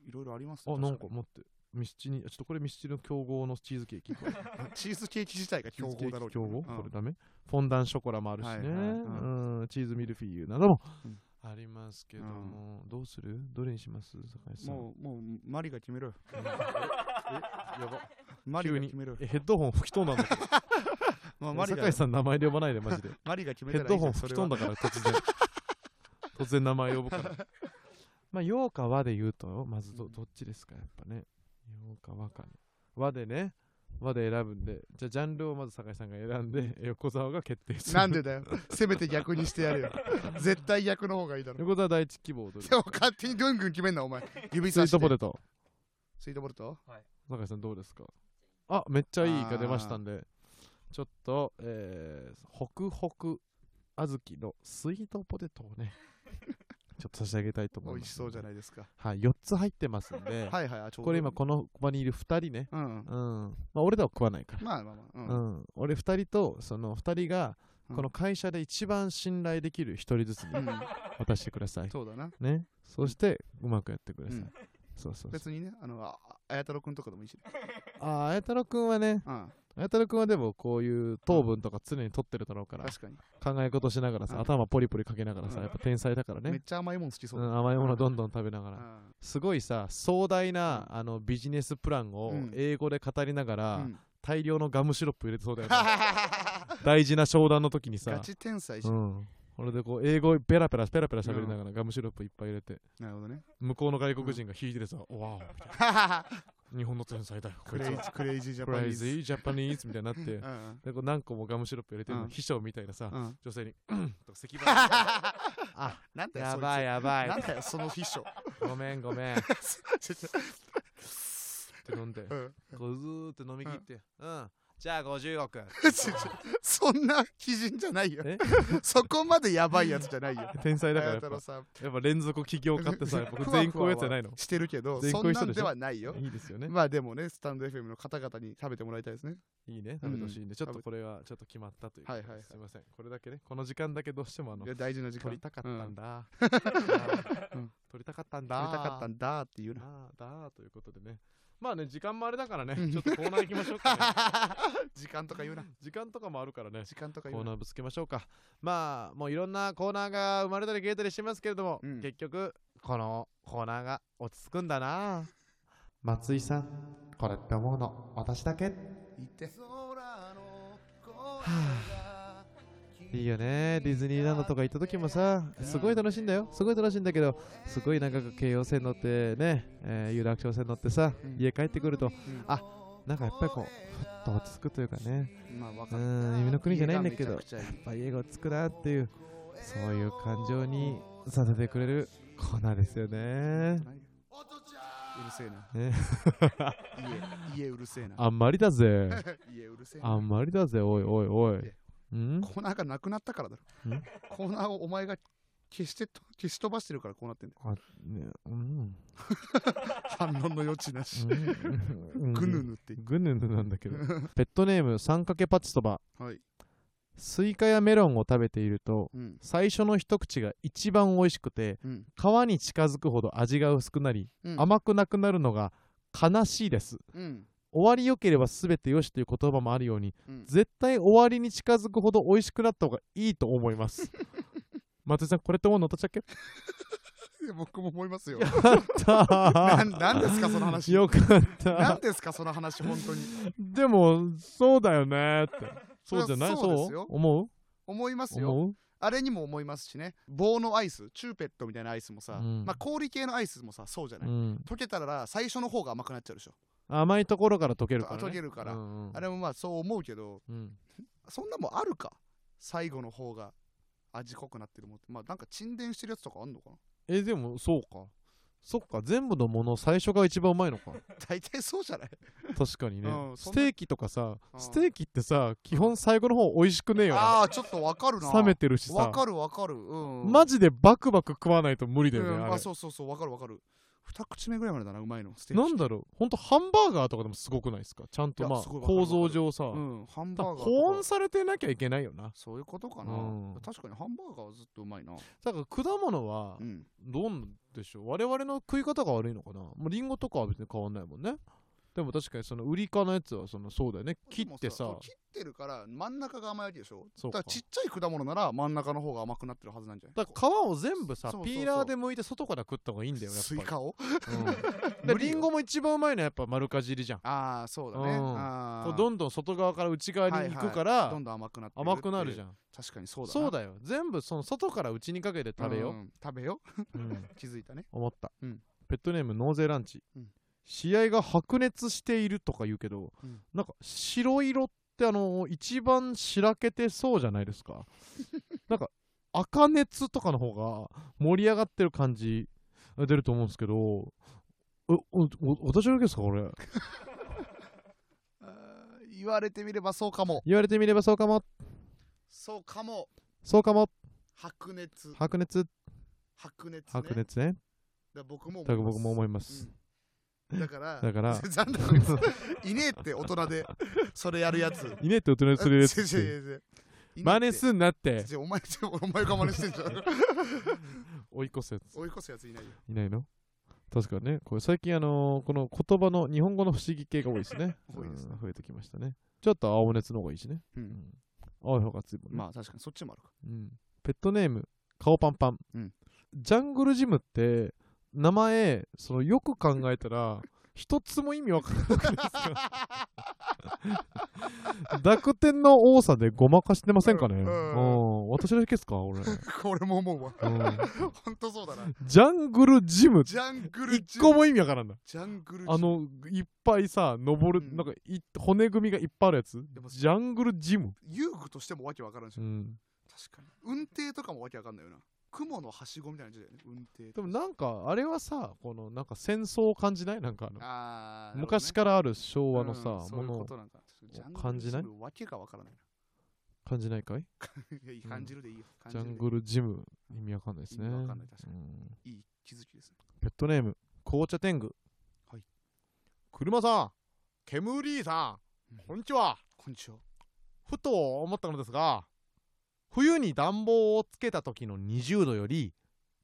B: いろいろあります
A: あ
B: ね
A: なんか
B: 確
A: 持ってミスチにちょっとこれミスチの競合のチー
B: [LAUGHS]
A: ズケーキこれ
B: にチーズケーキ自体が
A: チー
B: 強
A: ズケー
B: 豪
A: キ
B: だろうけど
A: 競合、
B: うん
A: これダメフォンダンショコラもあるしね、
B: はいはいはい
A: うん、チーズミルフィーユなども
B: うん
A: ありますけども、どうするどれにします坂井さん
B: もうもうマリが決めろよ
A: え [LAUGHS] やば
B: マリ
A: 急
B: が
A: に
B: 決めろよ
A: えヘッドホン吹き飛んだんだけど
B: [LAUGHS] まあマリ
A: 酒
B: が
A: 井さん名前で呼ばないで
B: [LAUGHS]
A: マジで
B: マリが決め
A: ヘ
B: た
A: ッ
B: らいい
A: ド
B: じ
A: ホ
B: ゃ
A: ン
B: んそれ
A: 吹き飛
B: は
A: んだから
B: [LAUGHS]
A: 突然突然名前呼ぶからまあ洋か和で言うとまずど
B: うん
A: どっちですかやっぱね洋か和かね和でね和で選ぶんでじゃあジャンルをまず酒井さんが選んで横澤が決定する
B: なんでだよせめて逆にしてやる
A: [LAUGHS]
B: よ絶対逆の方がいいだろ
A: 横澤第一希
B: [LAUGHS]
A: 望どれ
B: でも勝手にぐんぐん決めんな
A: [LAUGHS]
B: お前指
A: スイ
B: さ
A: ー
B: し
A: トポ
B: て
A: テト
B: スイートボルト
A: 坂井さんどうですかあめっちゃいいが出ましたんでちょっとえー、ホクホク小豆のスイートポテトを
B: [LAUGHS]
A: ねちょっと差し上げたいと思い
B: 美
A: ます
B: 味しそうじゃ
A: ない
B: ないですか
A: はい4つ入ってますんで、
B: はいはいあちょうど
A: [LAUGHS] これ今この場にいる2人ね
B: うんうん
A: うんまあ俺らは食わないから
B: まあまあ
A: う
B: まあ
A: ん、俺2人とその2人が
B: うん
A: この会社で一番信頼できる1人ずつ
B: う
A: に
B: んうん
A: 渡してください、
B: そうだな
A: ねそしてうまくやってください、
B: うん
A: そうそうそう
B: 別にねあのあ綾太郎くんとかでもいいしね
A: ああ綾太郎くんはね
B: うん
A: 綾太郎くんはでもこういう糖分とか常に取ってるだろうから
B: 確かに
A: 考え事しながら
B: う
A: さ
B: ん
A: 頭ポリポリかけながらさ
B: うん
A: やっぱ天才だから
B: めっ
A: ね
B: ちゃ甘いもん好きそううだ
A: ん甘いものどんどん食べなが
B: う
A: ら
B: ん
A: すごいさ壮大なあのビジネスプランを
B: うん
A: 英語で語りなが
B: う
A: ら
B: ん
A: 大量のガムシロップ入れてそう
B: [LAUGHS]
A: だよね大事な商談の時に
B: ガ
A: さ
B: チ天才じ
A: う
B: ゃん
A: んこれでこう英語ペラペラペラペラ喋りながらガムシロップいっぱい入れて
B: なるほど
A: [LAUGHS]
B: ね
A: 向こうの外国人が引いててさ「わお」みたいな日本の天才だよこ
B: ク
A: いつ
B: レイジ
A: は
B: ークレイジージャ
A: ク
B: パニー
A: レイジ
B: ズ
A: ージャパニーズみたいになって
B: うん
A: でこう何個もガムシロップ入れてる
B: う
A: の
B: ん
A: 秘書みたいなさ、
B: うんうん
A: 女性に「うん」とか咳 [LAUGHS] 払いあ
B: なんだよ
A: や
B: そいつ
A: ばいやば
B: なん
A: い
B: だよその秘書 [LAUGHS]
A: ごめんごめんって飲んで
B: うん
A: こうずーっと飲み切って「うん、じゃあ50億」
B: そんな基準じゃないよ
A: え。 [LAUGHS]
B: そこまでやばいやつじゃないよ。
A: 天才だから
B: 綾
A: やっ
B: 太
A: ぱ
B: 郎さん。
A: やっぱ連続起業家ってさやっぱ全員こういうやつじゃないの
B: してるけど、
A: 全
B: そ
A: 行
B: ん
A: 一緒でしょ
B: なんではないよ。
A: いいですよね
B: まあでもね、スタンド FM の方々に食べてもらいたいですね。
A: いいね食べてほしいんで、ちょっとこれはちょっと決まったということで、
B: はいはいはい
A: すいませんこれだけねこの時間だけどうしてもあの
B: いや大事な時間。
A: 取りたかった
B: うんん
A: だ、
B: う
A: [LAUGHS] うんん、取りたかったんだ
B: 撮りたかったんだっていうな。
A: あーだーということでねまあね時間もあれだからねちょっとコーナー行きましょうか、ね、
B: [LAUGHS] 時間とか言うな。
A: 時間とかもあるからね
B: 時間とか
A: コ
B: 言
A: ー
B: うな。
A: ナーぶつけましょうかまあもういろんなコーナーが生まれたり消えたりしてますけれども、
B: うん
A: 結局このコーナーが落ち着くんだな松井さんこれって思うの私だけ
B: 言って。
A: いいよねディズニーランドとか行った時もさすごい楽しいんだよすごい楽しいんだけどすごいなんか京葉線乗ってね、えー有楽町線乗ってさ、
B: うん
A: 家帰ってくると、
B: ん
A: あなんかやっぱりこうふっと落ち着くというかね
B: まあわ
A: う
B: かる。
A: ん夢の国じゃないんだけ
B: 家
A: ど
B: がめちゃくちゃいい
A: やっぱ家が落ち着くなっていうそういう感情にさせてくれるコーナーですよね
B: うるせえな。
A: ね
B: [LAUGHS] 家、家うるせえな。
A: あんまりだぜ
B: [LAUGHS] 家うるせえな。
A: あんまりだぜおいおいおいうん
B: コーナーがなくなったからだろ
A: ん。
B: コーナーをお前が消してと消し飛ばしてるからこうなってん
A: [LAUGHS]
B: だよ。
A: あねうん
B: 反論の余地なし。
A: うん
B: ぐぬぬって言っ
A: ぐぬぬなんだけ
B: [LAUGHS]
A: どペットネーム三かけパチそば
B: て。はい。
A: スイカやメロンを食べていると
B: うん。
A: 最初の一口が一番美味しくて
B: うん。
A: 皮に近づくほど味が薄くなり
B: うん。
A: 甘くなくなるのが悲しいです
B: うん。
A: 終わり良ければ全て良しという言葉もあるように
B: うん。
A: 絶対終わりに近づくほど美味しくなった方がいいと思います
B: [LAUGHS]
A: 松井さんこれって思うの私だっけ
B: いや僕も思いますよ。 [LAUGHS] な
A: た
B: んなんですかその話。
A: [LAUGHS] よかっ
B: なん
A: た
B: ですかその話本当に。
A: でもそうだよねってそうじゃな
B: [LAUGHS]
A: い
B: そりゃそうで
A: そ
B: す
A: う
B: よ
A: 思う
B: 思いますよ。
A: 思う
B: あれにも思いますしね。棒のアイス、チューペットみたいなアイスもさ、
A: うん
B: まあ氷系のアイスもさ、そうじゃな
A: う
B: い。
A: ん、
B: 溶けたら最初の方が甘くなっちゃうでしょ。
A: 甘いところから溶けるから、ね、
B: 溶けるから
A: うんうん
B: あれもまあそう思うけど、
A: うん
B: そんなもんあるか最後の方が
A: [LAUGHS]
B: 味濃くなってるもんってまあなんか沈殿してるやつとかあんのかな
A: えでもそうかそっか全部のもの最初が一番うまいのか
B: 大体そうじゃない
A: 確かにね、
B: うんそ
A: ス
B: んな
A: テーキとかさ、
B: うん
A: ステーキってさ基本最後の方美味しくねえよな
B: ああちょっとわかるな
A: 冷めてるしさ
B: わかるわかるうん
A: マジでバクバク食わないと無理だ
B: う
A: よね、
B: ん
A: あ
B: あ
A: れ
B: そうそうそうわかるわかる二口目ぐらいまでだなうまいのステーキ
A: なんだろうほんとハンバーガーとかでもすごくないですかちゃんと
B: いや
A: まあ
B: すごいわかる
A: 構造上さ、
B: うんハン
A: だ
B: バ
A: か
B: ー
A: ら
B: ガー
A: 保温
B: とか
A: されてなきゃいけないよな
B: そういうことかな
A: うん
B: 確かにハンバーガーはずっとうまいな
A: だから果物は
B: うん
A: どうなんでしょう我々の食い方が悪いのかなもうリンゴとかは別に変わんないもんねでも確かにその売りかのやつはそのそうだよね切って
B: で
A: さ
B: も切ってるから真ん中が甘いわけでしょ
A: そう
B: だ
A: か
B: からちっちゃい果物なら真ん中の方が甘くなってるはずなんじゃない
A: だから皮を全部さ
B: そうそうそう
A: ピーラーで剥いて外から食った方がいいんだよやっぱ
B: ス
A: り
B: イカを
A: うんでリンゴも一番うまいのはやっぱ丸かじりじゃん
B: ああそうだね
A: うん
B: あー
A: こうどんどん外側から内側に行く
B: はい
A: か
B: はい
A: ら
B: どんどん甘くなって
A: 甘くなるじ
B: ゃん
A: ゃん
B: 確かにそうだな
A: そうだよ全部その外から内にかけて食べよ
B: うん食べよ
A: う、うん
B: 気づいたね
A: 思った、
B: うん
A: ペットネーム納税ランチ、
B: うん
A: 試合が白熱しているとか言うけど、
B: うん
A: なんか白色ってあの一番しらけてそうじゃないで
B: [LAUGHS]
A: すかなんか赤熱とかの方が盛り上がってる感じ出ると思うんですけどえおお私だけですかこれ
B: あー言われてみればそうかも
A: 言われてみればそうかも
B: そうかも
A: そうかも
B: 白熱
A: 白熱
B: 白熱ね
A: 白熱ね
B: だから僕も
A: だから
B: 思います
A: 僕も思います、
B: うんだから
A: [LAUGHS] だから
B: [LAUGHS] 残念こいついねえって大人でそれやるやつ
A: いねえって大人にするやつっ
B: [LAUGHS] 違う
A: て
B: 違う違ういねえって
A: 真似すんなって
B: 違うお前お前が真似してんじゃ
A: [LAUGHS]
B: ん
A: 追い越すやつ
B: 追い越すやついないよ
A: いないの確かにね、これ最近あのーこの言葉の日本語の不思議系が多いですね。
B: [LAUGHS] 多いですね
A: うん増えてきましたね。ちょっと青熱の方がいいしね。
B: うん
A: うん、青い方が熱いもんね、
B: まあ確かにそっちもあるか
A: うん。ペットネーム、顔パンパン。
B: うん
A: ジャングルジムって、名前、そのよく考え
B: [LAUGHS]
A: たら、一つも意味わからなくないですか [LAUGHS] 濁点の多さでごまかしてませんかね、
B: う
A: うんん私だけですか俺、う
B: これも思うわ
A: ん
B: ほんとそう
A: [LAUGHS]
B: だな
A: ジャングルジム
B: ジャングル
A: 一個も意味わからんな
B: ジャングル
A: あのいっぱいさ登る、
B: うん
A: なんかい骨組みがいっぱいあるやつ
B: でも
A: ジャングルジム、
B: 遊具としてもわけわからんし、
A: うん、
B: 確かに運転とかもわけわかんないよな雲のはしごみたいな感じだよね運転
A: でもなんかあれはさこのなんか戦争を感じないなんかあの
B: あーなるほどね
A: 昔からある昭和のさ、
B: うんそう
A: も
B: いう
A: の
B: こ
A: を
B: となんかジャングル
A: 感じない
B: ジムわけがわからない
A: 感じないかい
B: ないや感じるでいいよ感
A: ジ
B: じ
A: ャ
B: るでい
A: ン
B: い
A: グルジム意味わかんないですね
B: 意味わかんない確かに
A: うん
B: いい気づきですね
A: ペットネーム紅茶天狗
B: はい
A: 車さん煙さ
B: うん
A: んこんにちは
B: こんにちは
A: ふと思ったのですが冬に暖房をつけた時の20度より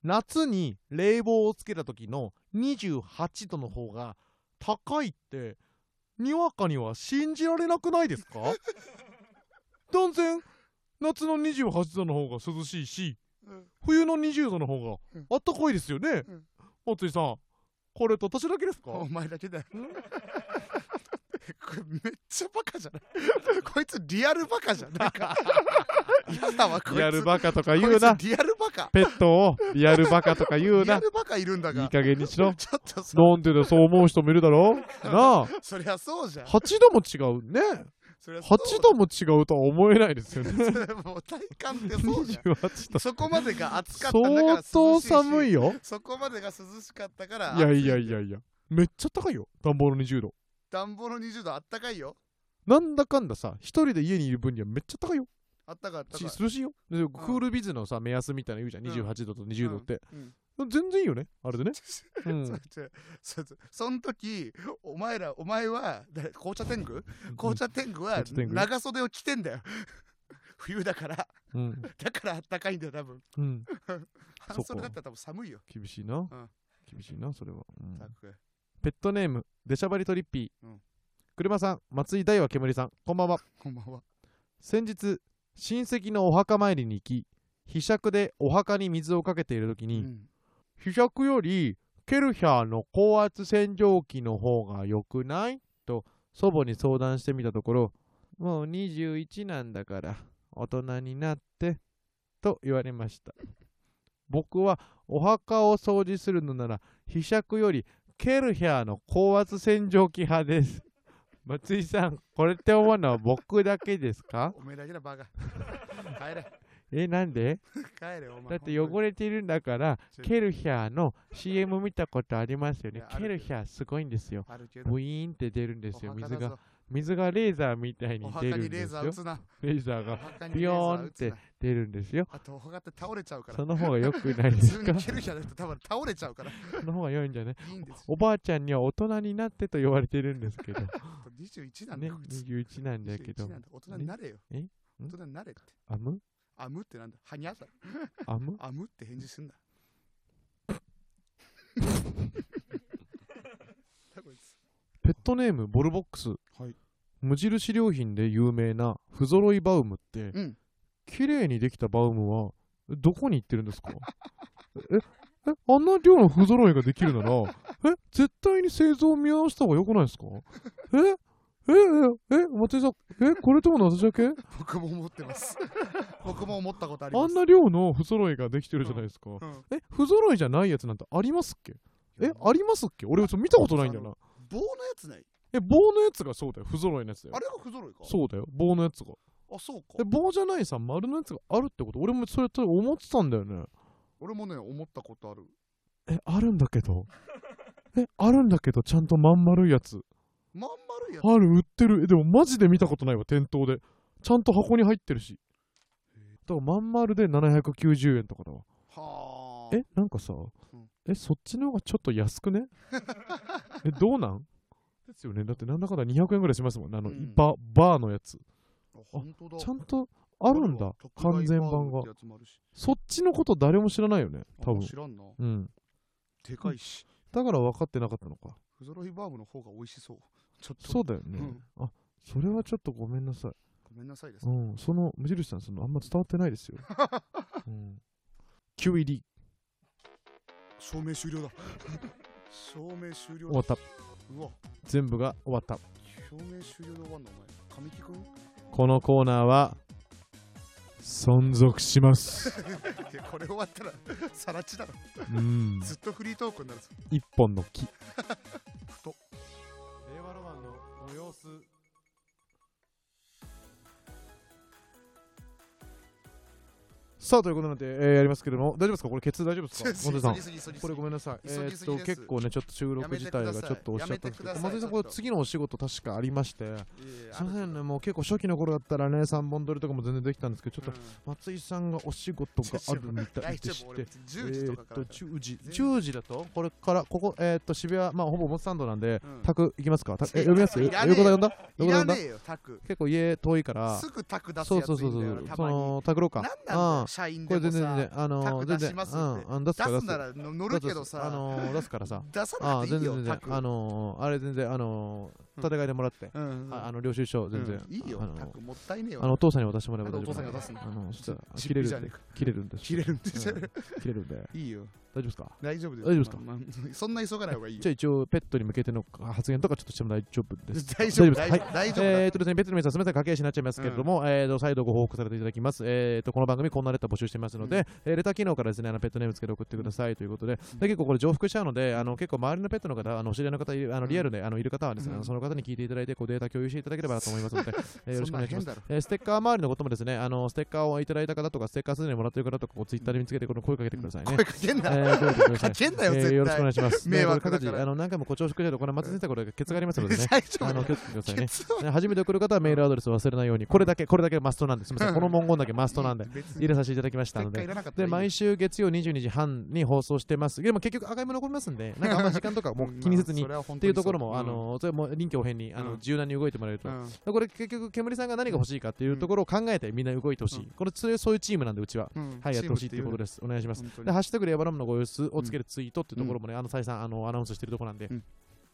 A: 夏に冷房をつけた時の28度の方が高いってにわかには信じられなくな
B: [LAUGHS]
A: いですか断然夏の28度の方が涼しいし冬の20度の方があったかいですよね、
B: うん
A: 松井さんこれと私だけですか
B: お前だけだよこ
A: ん
B: れめっちゃバカじゃないこいつリアルバカじゃんなん
A: [LAUGHS]
B: か嫌だわこいつ
A: リアル
B: カ
A: バカとか言うな
B: リアルバカ
A: ペットをリアルバカとか言う
B: リア
A: な
B: ルバカいるんだ
A: いい
B: が
A: 加減にしろ
B: ちょっとさ
A: なんでだよそう思う人もいる
B: [LAUGHS]
A: だろうなあ
B: そりゃそうじゃん
A: 8度も違うね
B: そりゃそう
A: 8
B: [LAUGHS]
A: 度も違うとは思えないですよね
B: もう体感ってそうじゃん
A: 28度
B: そこまでが暑かったんだから
A: 相
B: 涼しいし
A: 当寒いよ
B: そこまでが涼しかったから
A: いやいやいやいやめっちゃ高いよ暖房の20度
B: 暖房の20度あったかいよ
A: なんだかんださ一人で家にいる分にはめっちゃ高いよ
B: あったかいあった
A: し
B: かい
A: 涼しいよでクールビズのさ目安みたいなの言うじゃん28度と20度って
B: うんうん
A: 全然いいよねあれでねう
B: [LAUGHS] そうんそうそうそうその時お前らお前は誰紅茶天狗紅茶天狗は
A: 紅茶天狗
B: 長袖を着てんだよ [LAUGHS] 冬だから
A: うん
B: だからあったかいんだよ多分 [LAUGHS]
A: うん
B: 半袖だったら多分寒いよ
A: 厳しいな
B: うん
A: 厳しいなそれはうん
B: たく
A: ペットネームデシャバリトリッピー、
B: うん
A: 車さん松井大和煙さんこんばんは
B: こんばんは
A: 先日親戚のお墓参りに行きひしゃくでお墓に水をかけている時
B: う
A: に、
B: ん
A: ひしゃくよりケルヒャーの高圧洗浄機の方が良くないと祖母に相談してみたところもう21なんだから大人になってと言われました僕はお墓を掃除するのならひしゃくよりケルヒャーの高圧洗浄機派です松井さんこれって思うのは僕だけですか
B: おめえだけだバカ [LAUGHS] 帰れ
A: えなんで
B: 帰れお前
A: だって汚れてるんだから
B: ちょ
A: ケルヒャーの CM 見たことありますよ
B: い
A: ね
B: やあるけど
A: ケルヒャーすごいんですよ
B: あるけど
A: ブイーンって出るんですよ
B: お墓
A: 水
B: だ
A: が
B: ぞ
A: 水がレーザーみたい
B: お
A: に出
B: 墓
A: る
B: に
A: ん
B: レ
A: で
B: ー
A: す
B: ザ
A: よ
B: ー打つな
A: レーザー
B: お
A: が
B: 墓に
A: ビ
B: レー
A: ヨ
B: ザ
A: ーン
B: ー
A: っ
B: 打つ
A: て
B: な
A: 出るんですよ
B: あとお墓って倒れちゃうから
A: その方が良くないで
B: 普
A: す
B: [LAUGHS] 通
A: か
B: にケルヒャーだと多分倒れちゃうから
A: その方が良いんじゃない
B: いいんですよ
A: おばあちゃんには大人になってと言われてるんです
B: [LAUGHS]
A: けど
B: 21なんだ
A: ね
B: よこいつ
A: 21なんだけ
B: 21
A: ど
B: なんだ大人になれよ
A: えん
B: 大人になれって
A: アム
B: あむってなんだはにゃだ
A: アム
B: あむって返事
A: [LAUGHS]
B: すんななんだこいつ
A: ペットネームボルボックス、
B: はい
A: 無印良品で有名な不揃いバウムって
B: うん
A: 綺麗にできたバウムはどこに行ってるんですかええあんな量の不揃いができるならえ絶対に製造を見直した方が良くないですかええええ松井さんえこれとも私だけ
B: 僕も思ってます
A: [LAUGHS]
B: 僕も思ったことあり
A: あ
B: ま
A: ん
B: す
A: な量の不揃いができてるじゃないですか、
B: うん
A: え不揃いじゃないやつなんてありますっけえありますっけ俺ちょっと見たことないんだよな
B: 棒のやつない
A: え棒のやつがそうだよ不揃いのやつだよ
B: あれが不揃いか
A: そうだよ棒のやつが
B: あそうか
A: で棒じゃないさ丸のやつがあるってこと俺もそれと思ってたんだよね
B: 俺もね思ったことある
A: えあるんだけどえあるんだけどちゃんとまん丸いやつ
B: まん丸いやつ
A: ある売ってるえでもマジで見たことないわ店頭でちゃんと箱に入ってるしだからまん丸で790円とかだわ
B: はあ
A: えなんかさ、
B: ん
A: えそっちの方がちょっと
B: [LAUGHS]
A: 安くねえどうなんですよねだってなんだかんだ200円ぐらいしますもんねあの、
B: うん
A: ババーのやつ
B: 本当だ
A: ちゃんとあるんだ完全版がそっちのこと誰も知らないよね多
B: 多
A: 分
B: 分知らんな
A: うん
B: でかいし
A: だから分かってなかったのか
B: 不揃いバームの方が美味しそうちょっと
A: そうだよね、あそれはちょっとごめんなさい
B: ごめんなさいです
A: うんその無印さんそのあんま伝わってな
B: [LAUGHS]
A: いですよ、うん、QED
B: 証明終了だ証明終了
A: 終わ
B: だ
A: った
B: うわ
A: 全部が終わった
B: 証明終了で終わんのお前神木君
A: このコーナーは存続します
B: [LAUGHS] いやこれ終わったら [LAUGHS] さらちだろ
A: うん
B: ずっとフリートークになるぞ
A: 一本の木
B: 太
A: 令和ロマンのご様子さあということなんで、えーやりますけれども大丈夫ですかこれケツ大丈夫ですか本田さん
B: 急ぎすぎ
A: これごめんなさい。え
B: 急ぎす
A: ー
B: ぎです
A: っと結構ねちょっと収録自体がちょっとおっしゃった
B: やめ
A: んですけ
B: てくださ
A: ど、
B: い
A: 松井さん
B: ちょ
A: こ
B: っと
A: れ次のお仕事確かありまして、
B: いやいや
A: すいませんね
B: ある
A: もう結構初期の頃だったらね3本撮りとかも全然できたんですけどち
B: けど
A: ょっと松井さんがお仕事があるみ
B: うん
A: たい
B: 大
A: で
B: 丈
A: し
B: 夫
A: て
B: 俺。
A: え
B: 10時と
A: ーっ
B: かから
A: と
B: だから
A: 10時
B: 全然
A: 10時だとこれからここえーっと渋谷まあほぼモスタンドなんで
B: うん
A: タク行きますかタクえ呼びます
B: い
A: よ
B: らねえ
A: 横田呼んだ
B: い
A: 横田
B: ら
A: 呼んだ
B: ねえよタク
A: 結構家遠いから
B: すぐタク出す
A: そ
B: や
A: う
B: つ
A: そ
B: いう
A: そ
B: い
A: うん
B: だよなた
A: そうそ
B: まに
A: のタクロー
B: なんな
A: か
B: んだ
A: う
B: よ
A: ん
B: 社員
A: こ
B: で
A: れ全
B: も
A: 然全
B: さ
A: 然あの
B: タク
A: ー全
B: 出
A: 然
B: します
A: う
B: って
A: んうん出す
B: 出
A: か出
B: す
A: す
B: なら乗る
A: 出す
B: けど
A: あ
B: さ
A: のー出すからさ
B: 出さ
A: あ
B: な
A: あ
B: くてい
A: 全
B: い
A: 然
B: よ
A: 全
B: タ
A: 然
B: ク
A: あのーあれ全然あの
B: うん
A: ー戦いでもらって、
B: うんうん
A: ああの領収書全然、
B: うんいい
A: あ
B: よ
A: の
B: タクもったいねえ
A: あの
B: わ
A: お父さんに渡してもらえば大丈夫
B: なんでお父さんが出す
A: あのそしたら
B: ち
A: 切れる
B: じゃ
A: ん
B: ね
A: で
B: えか
A: 切れるんです
B: 切れるんでしょ
A: うん切れるんで
B: いいよ
A: 大丈夫ですか
B: 大丈夫です
A: 大丈夫ですか
B: まあまあ [LAUGHS] そんな急がない方がいいよ
A: じゃあ一応ペットに向けての発言とかちょっとしても大丈夫
B: [LAUGHS]
A: です
B: 大丈夫
A: です
B: 大丈夫
A: はい
B: 大丈夫だ
A: えーっとですね、ペットの皆さん、すみません、駆け足になっちゃいますけれども、えーっと再度ご報告させていただきます。えーっとこの番組、こんなレター募集してますの
B: う
A: で、
B: ん
A: えーレター機能からですね、あのペットネームつけて送ってくださいということで、で結構これ、重複しちゃうので、あの結構、周りのペットの方、あのお知り合いの方いる、あのリアルで、あのいる方はですね、
B: うん
A: その方に聞いていただいて、こうデータ共有していただければなと思います
B: [LAUGHS]
A: ので、えーよろしくお願いします
B: そん。なん変だろ
A: えーステッカー周りのこともですね、あのステッカーをいただいた方とか、ステッカーすでにもらっている方とか、ツイッターで見つけて、この声かけてくださいね。
B: 声かけん
A: え
B: な
A: ーどうぞどうぞ
B: かけんなよ
A: えー
B: 絶対
A: よろしくお願いします。
B: 迷惑
A: ねこれ各
B: だか
A: 自
B: ら
A: あの何回も誇張してくれるとこれ松井先生これケツがありますのでね。
B: [LAUGHS] 大丈
A: あ
B: 夫
A: の気をつけてくださいね
B: ケ。ツは
A: ね初めて送る方はメールアドレスを忘れないように、これだけ、これだけマストなんです。すみません、この文言だけマストなんで、
B: 別に
A: 入れさせていただきまし
B: ス
A: た
B: テ
A: の
B: ッカーい
A: で。
B: らなかったらい
A: で、
B: いよ [LAUGHS]
A: 毎週月曜22時半に放送してます。でも結局、アーカイブ残りますんで、なんかあんま時間とかもう気にせずに。
B: [LAUGHS] まあそ
A: っ
B: れは本
A: て
B: 当
A: い
B: に
A: うところも、
B: そう
A: あのそれも臨機応変にあの、
B: うん
A: 柔軟に動いてもらえると、
B: うん
A: これ結局煙さんが何が欲しいかっていうところを考えてみんな動いてほしい、
B: うん
A: これそれそういうチームなんでうちは、
B: うん
A: はいやってほしいっていうことですお願いします
B: チームっていう
A: で、
B: の
A: ハッシュタグレバロムのご様子をつけるツイートっていうところもね、あの、再三、あの、アナウンスしてるところなんで、
B: うん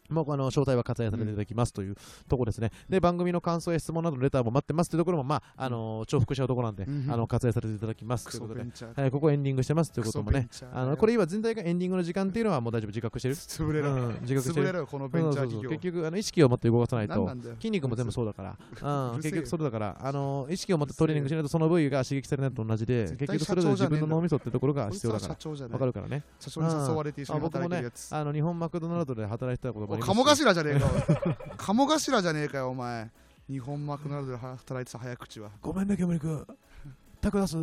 A: まあ、あの招待は割愛させていただきますというところですね。で、番組の感想や質問などのレターも待ってますというところも、まあ、あの重複しちゃうところなんで、
B: うん
A: あの割愛させていただきます
B: ク
A: という
B: ソ
A: こと
B: ベ
A: で、
B: ンチャー
A: はい、ここエンディングしてますということもね
B: ク、ソベンチャーだ
A: あ
B: よ
A: のこれ今、全体がエンディングの時間っていうのはもう大丈夫、自覚してる
B: 潰れろ
A: うん、自覚して
B: 潰れ
A: る。
B: ろよこの
A: そ
B: ベ
A: う
B: ンチャ
A: そうそ
B: ー
A: うそう
B: 企業
A: 結局あの、意識を持って動かさない
B: 何
A: と
B: な。んだよ
A: 筋肉も全部そう
B: [LAUGHS]
A: だから、うん、
B: うるせえ
A: 結
B: よ
A: 局それだから、あの意識を持ってトレーニングしないとその部位が刺激されないのと同じで、
B: 絶
A: 結
B: 対
A: 局
B: 社
A: それぞれ
B: 長じ
A: 自
B: ゃねえんだ
A: 分の脳みそってところが必要だか
B: こいつは社
A: ら、
B: 長じゃない
A: わかるからね。
B: 社長に誘われて一緒に
A: あ僕
B: 働いて
A: も
B: る
A: ね
B: やつ、
A: あの日本マクドナルドで働いてたこともあ
B: お
A: ります
B: 鴨頭じゃねえ
A: [LAUGHS]
B: かおい鴨頭じゃねえかよお前日本マクドナルドで働いてた早口は
A: ごめんね、煙くん。
B: [LAUGHS]
A: タク出す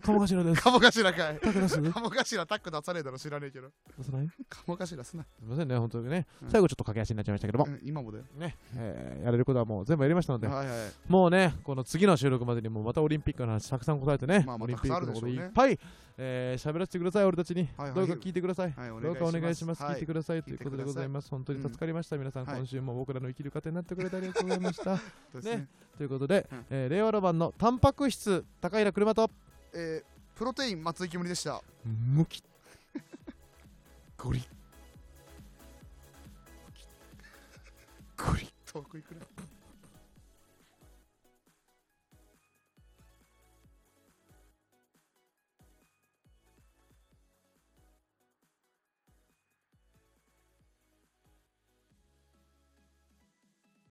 A: 鴨頭です
B: 鴨頭かい
A: タク出 [LAUGHS] す出
B: 鴨頭タック出さねえだろ知らねえけど
A: さないす
B: 鴨頭すな、
A: いませんね本当にね、
B: うん
A: 最後ちょっと駆け足になっちゃいましたけども、
B: うん今もだよ
A: ね、えーやれることはもう全部やりましたので、
B: はいはい
A: もうね、この次の収録までにもまたオリンピックの話たくさん答えてね、
B: まあまあ
A: オリンピックのことい
B: たくさんあ
A: っ
B: るで
A: ぱい喋、えー、喋らせてください、俺たちに、
B: はいはい
A: どうか聞いてください。
B: はいお
A: どうかお願
B: 願
A: い
B: い
A: し
B: し
A: ま。
B: ますす
A: 聞いてくださいと
B: 聞
A: いう
B: いて
A: こと
B: ください
A: でございます。本当に助かりました。皆さん、
B: はい
A: 今週も僕らの生きる糧になってくれてありがとうございました。
B: [LAUGHS] そうですね
A: ということで、
B: うん
A: えー令和ロマンのタンパク質、高平車と、
B: えープロテイン松井きむりでした
A: むき、ゴリ、ゴリ。
B: 遠く行くな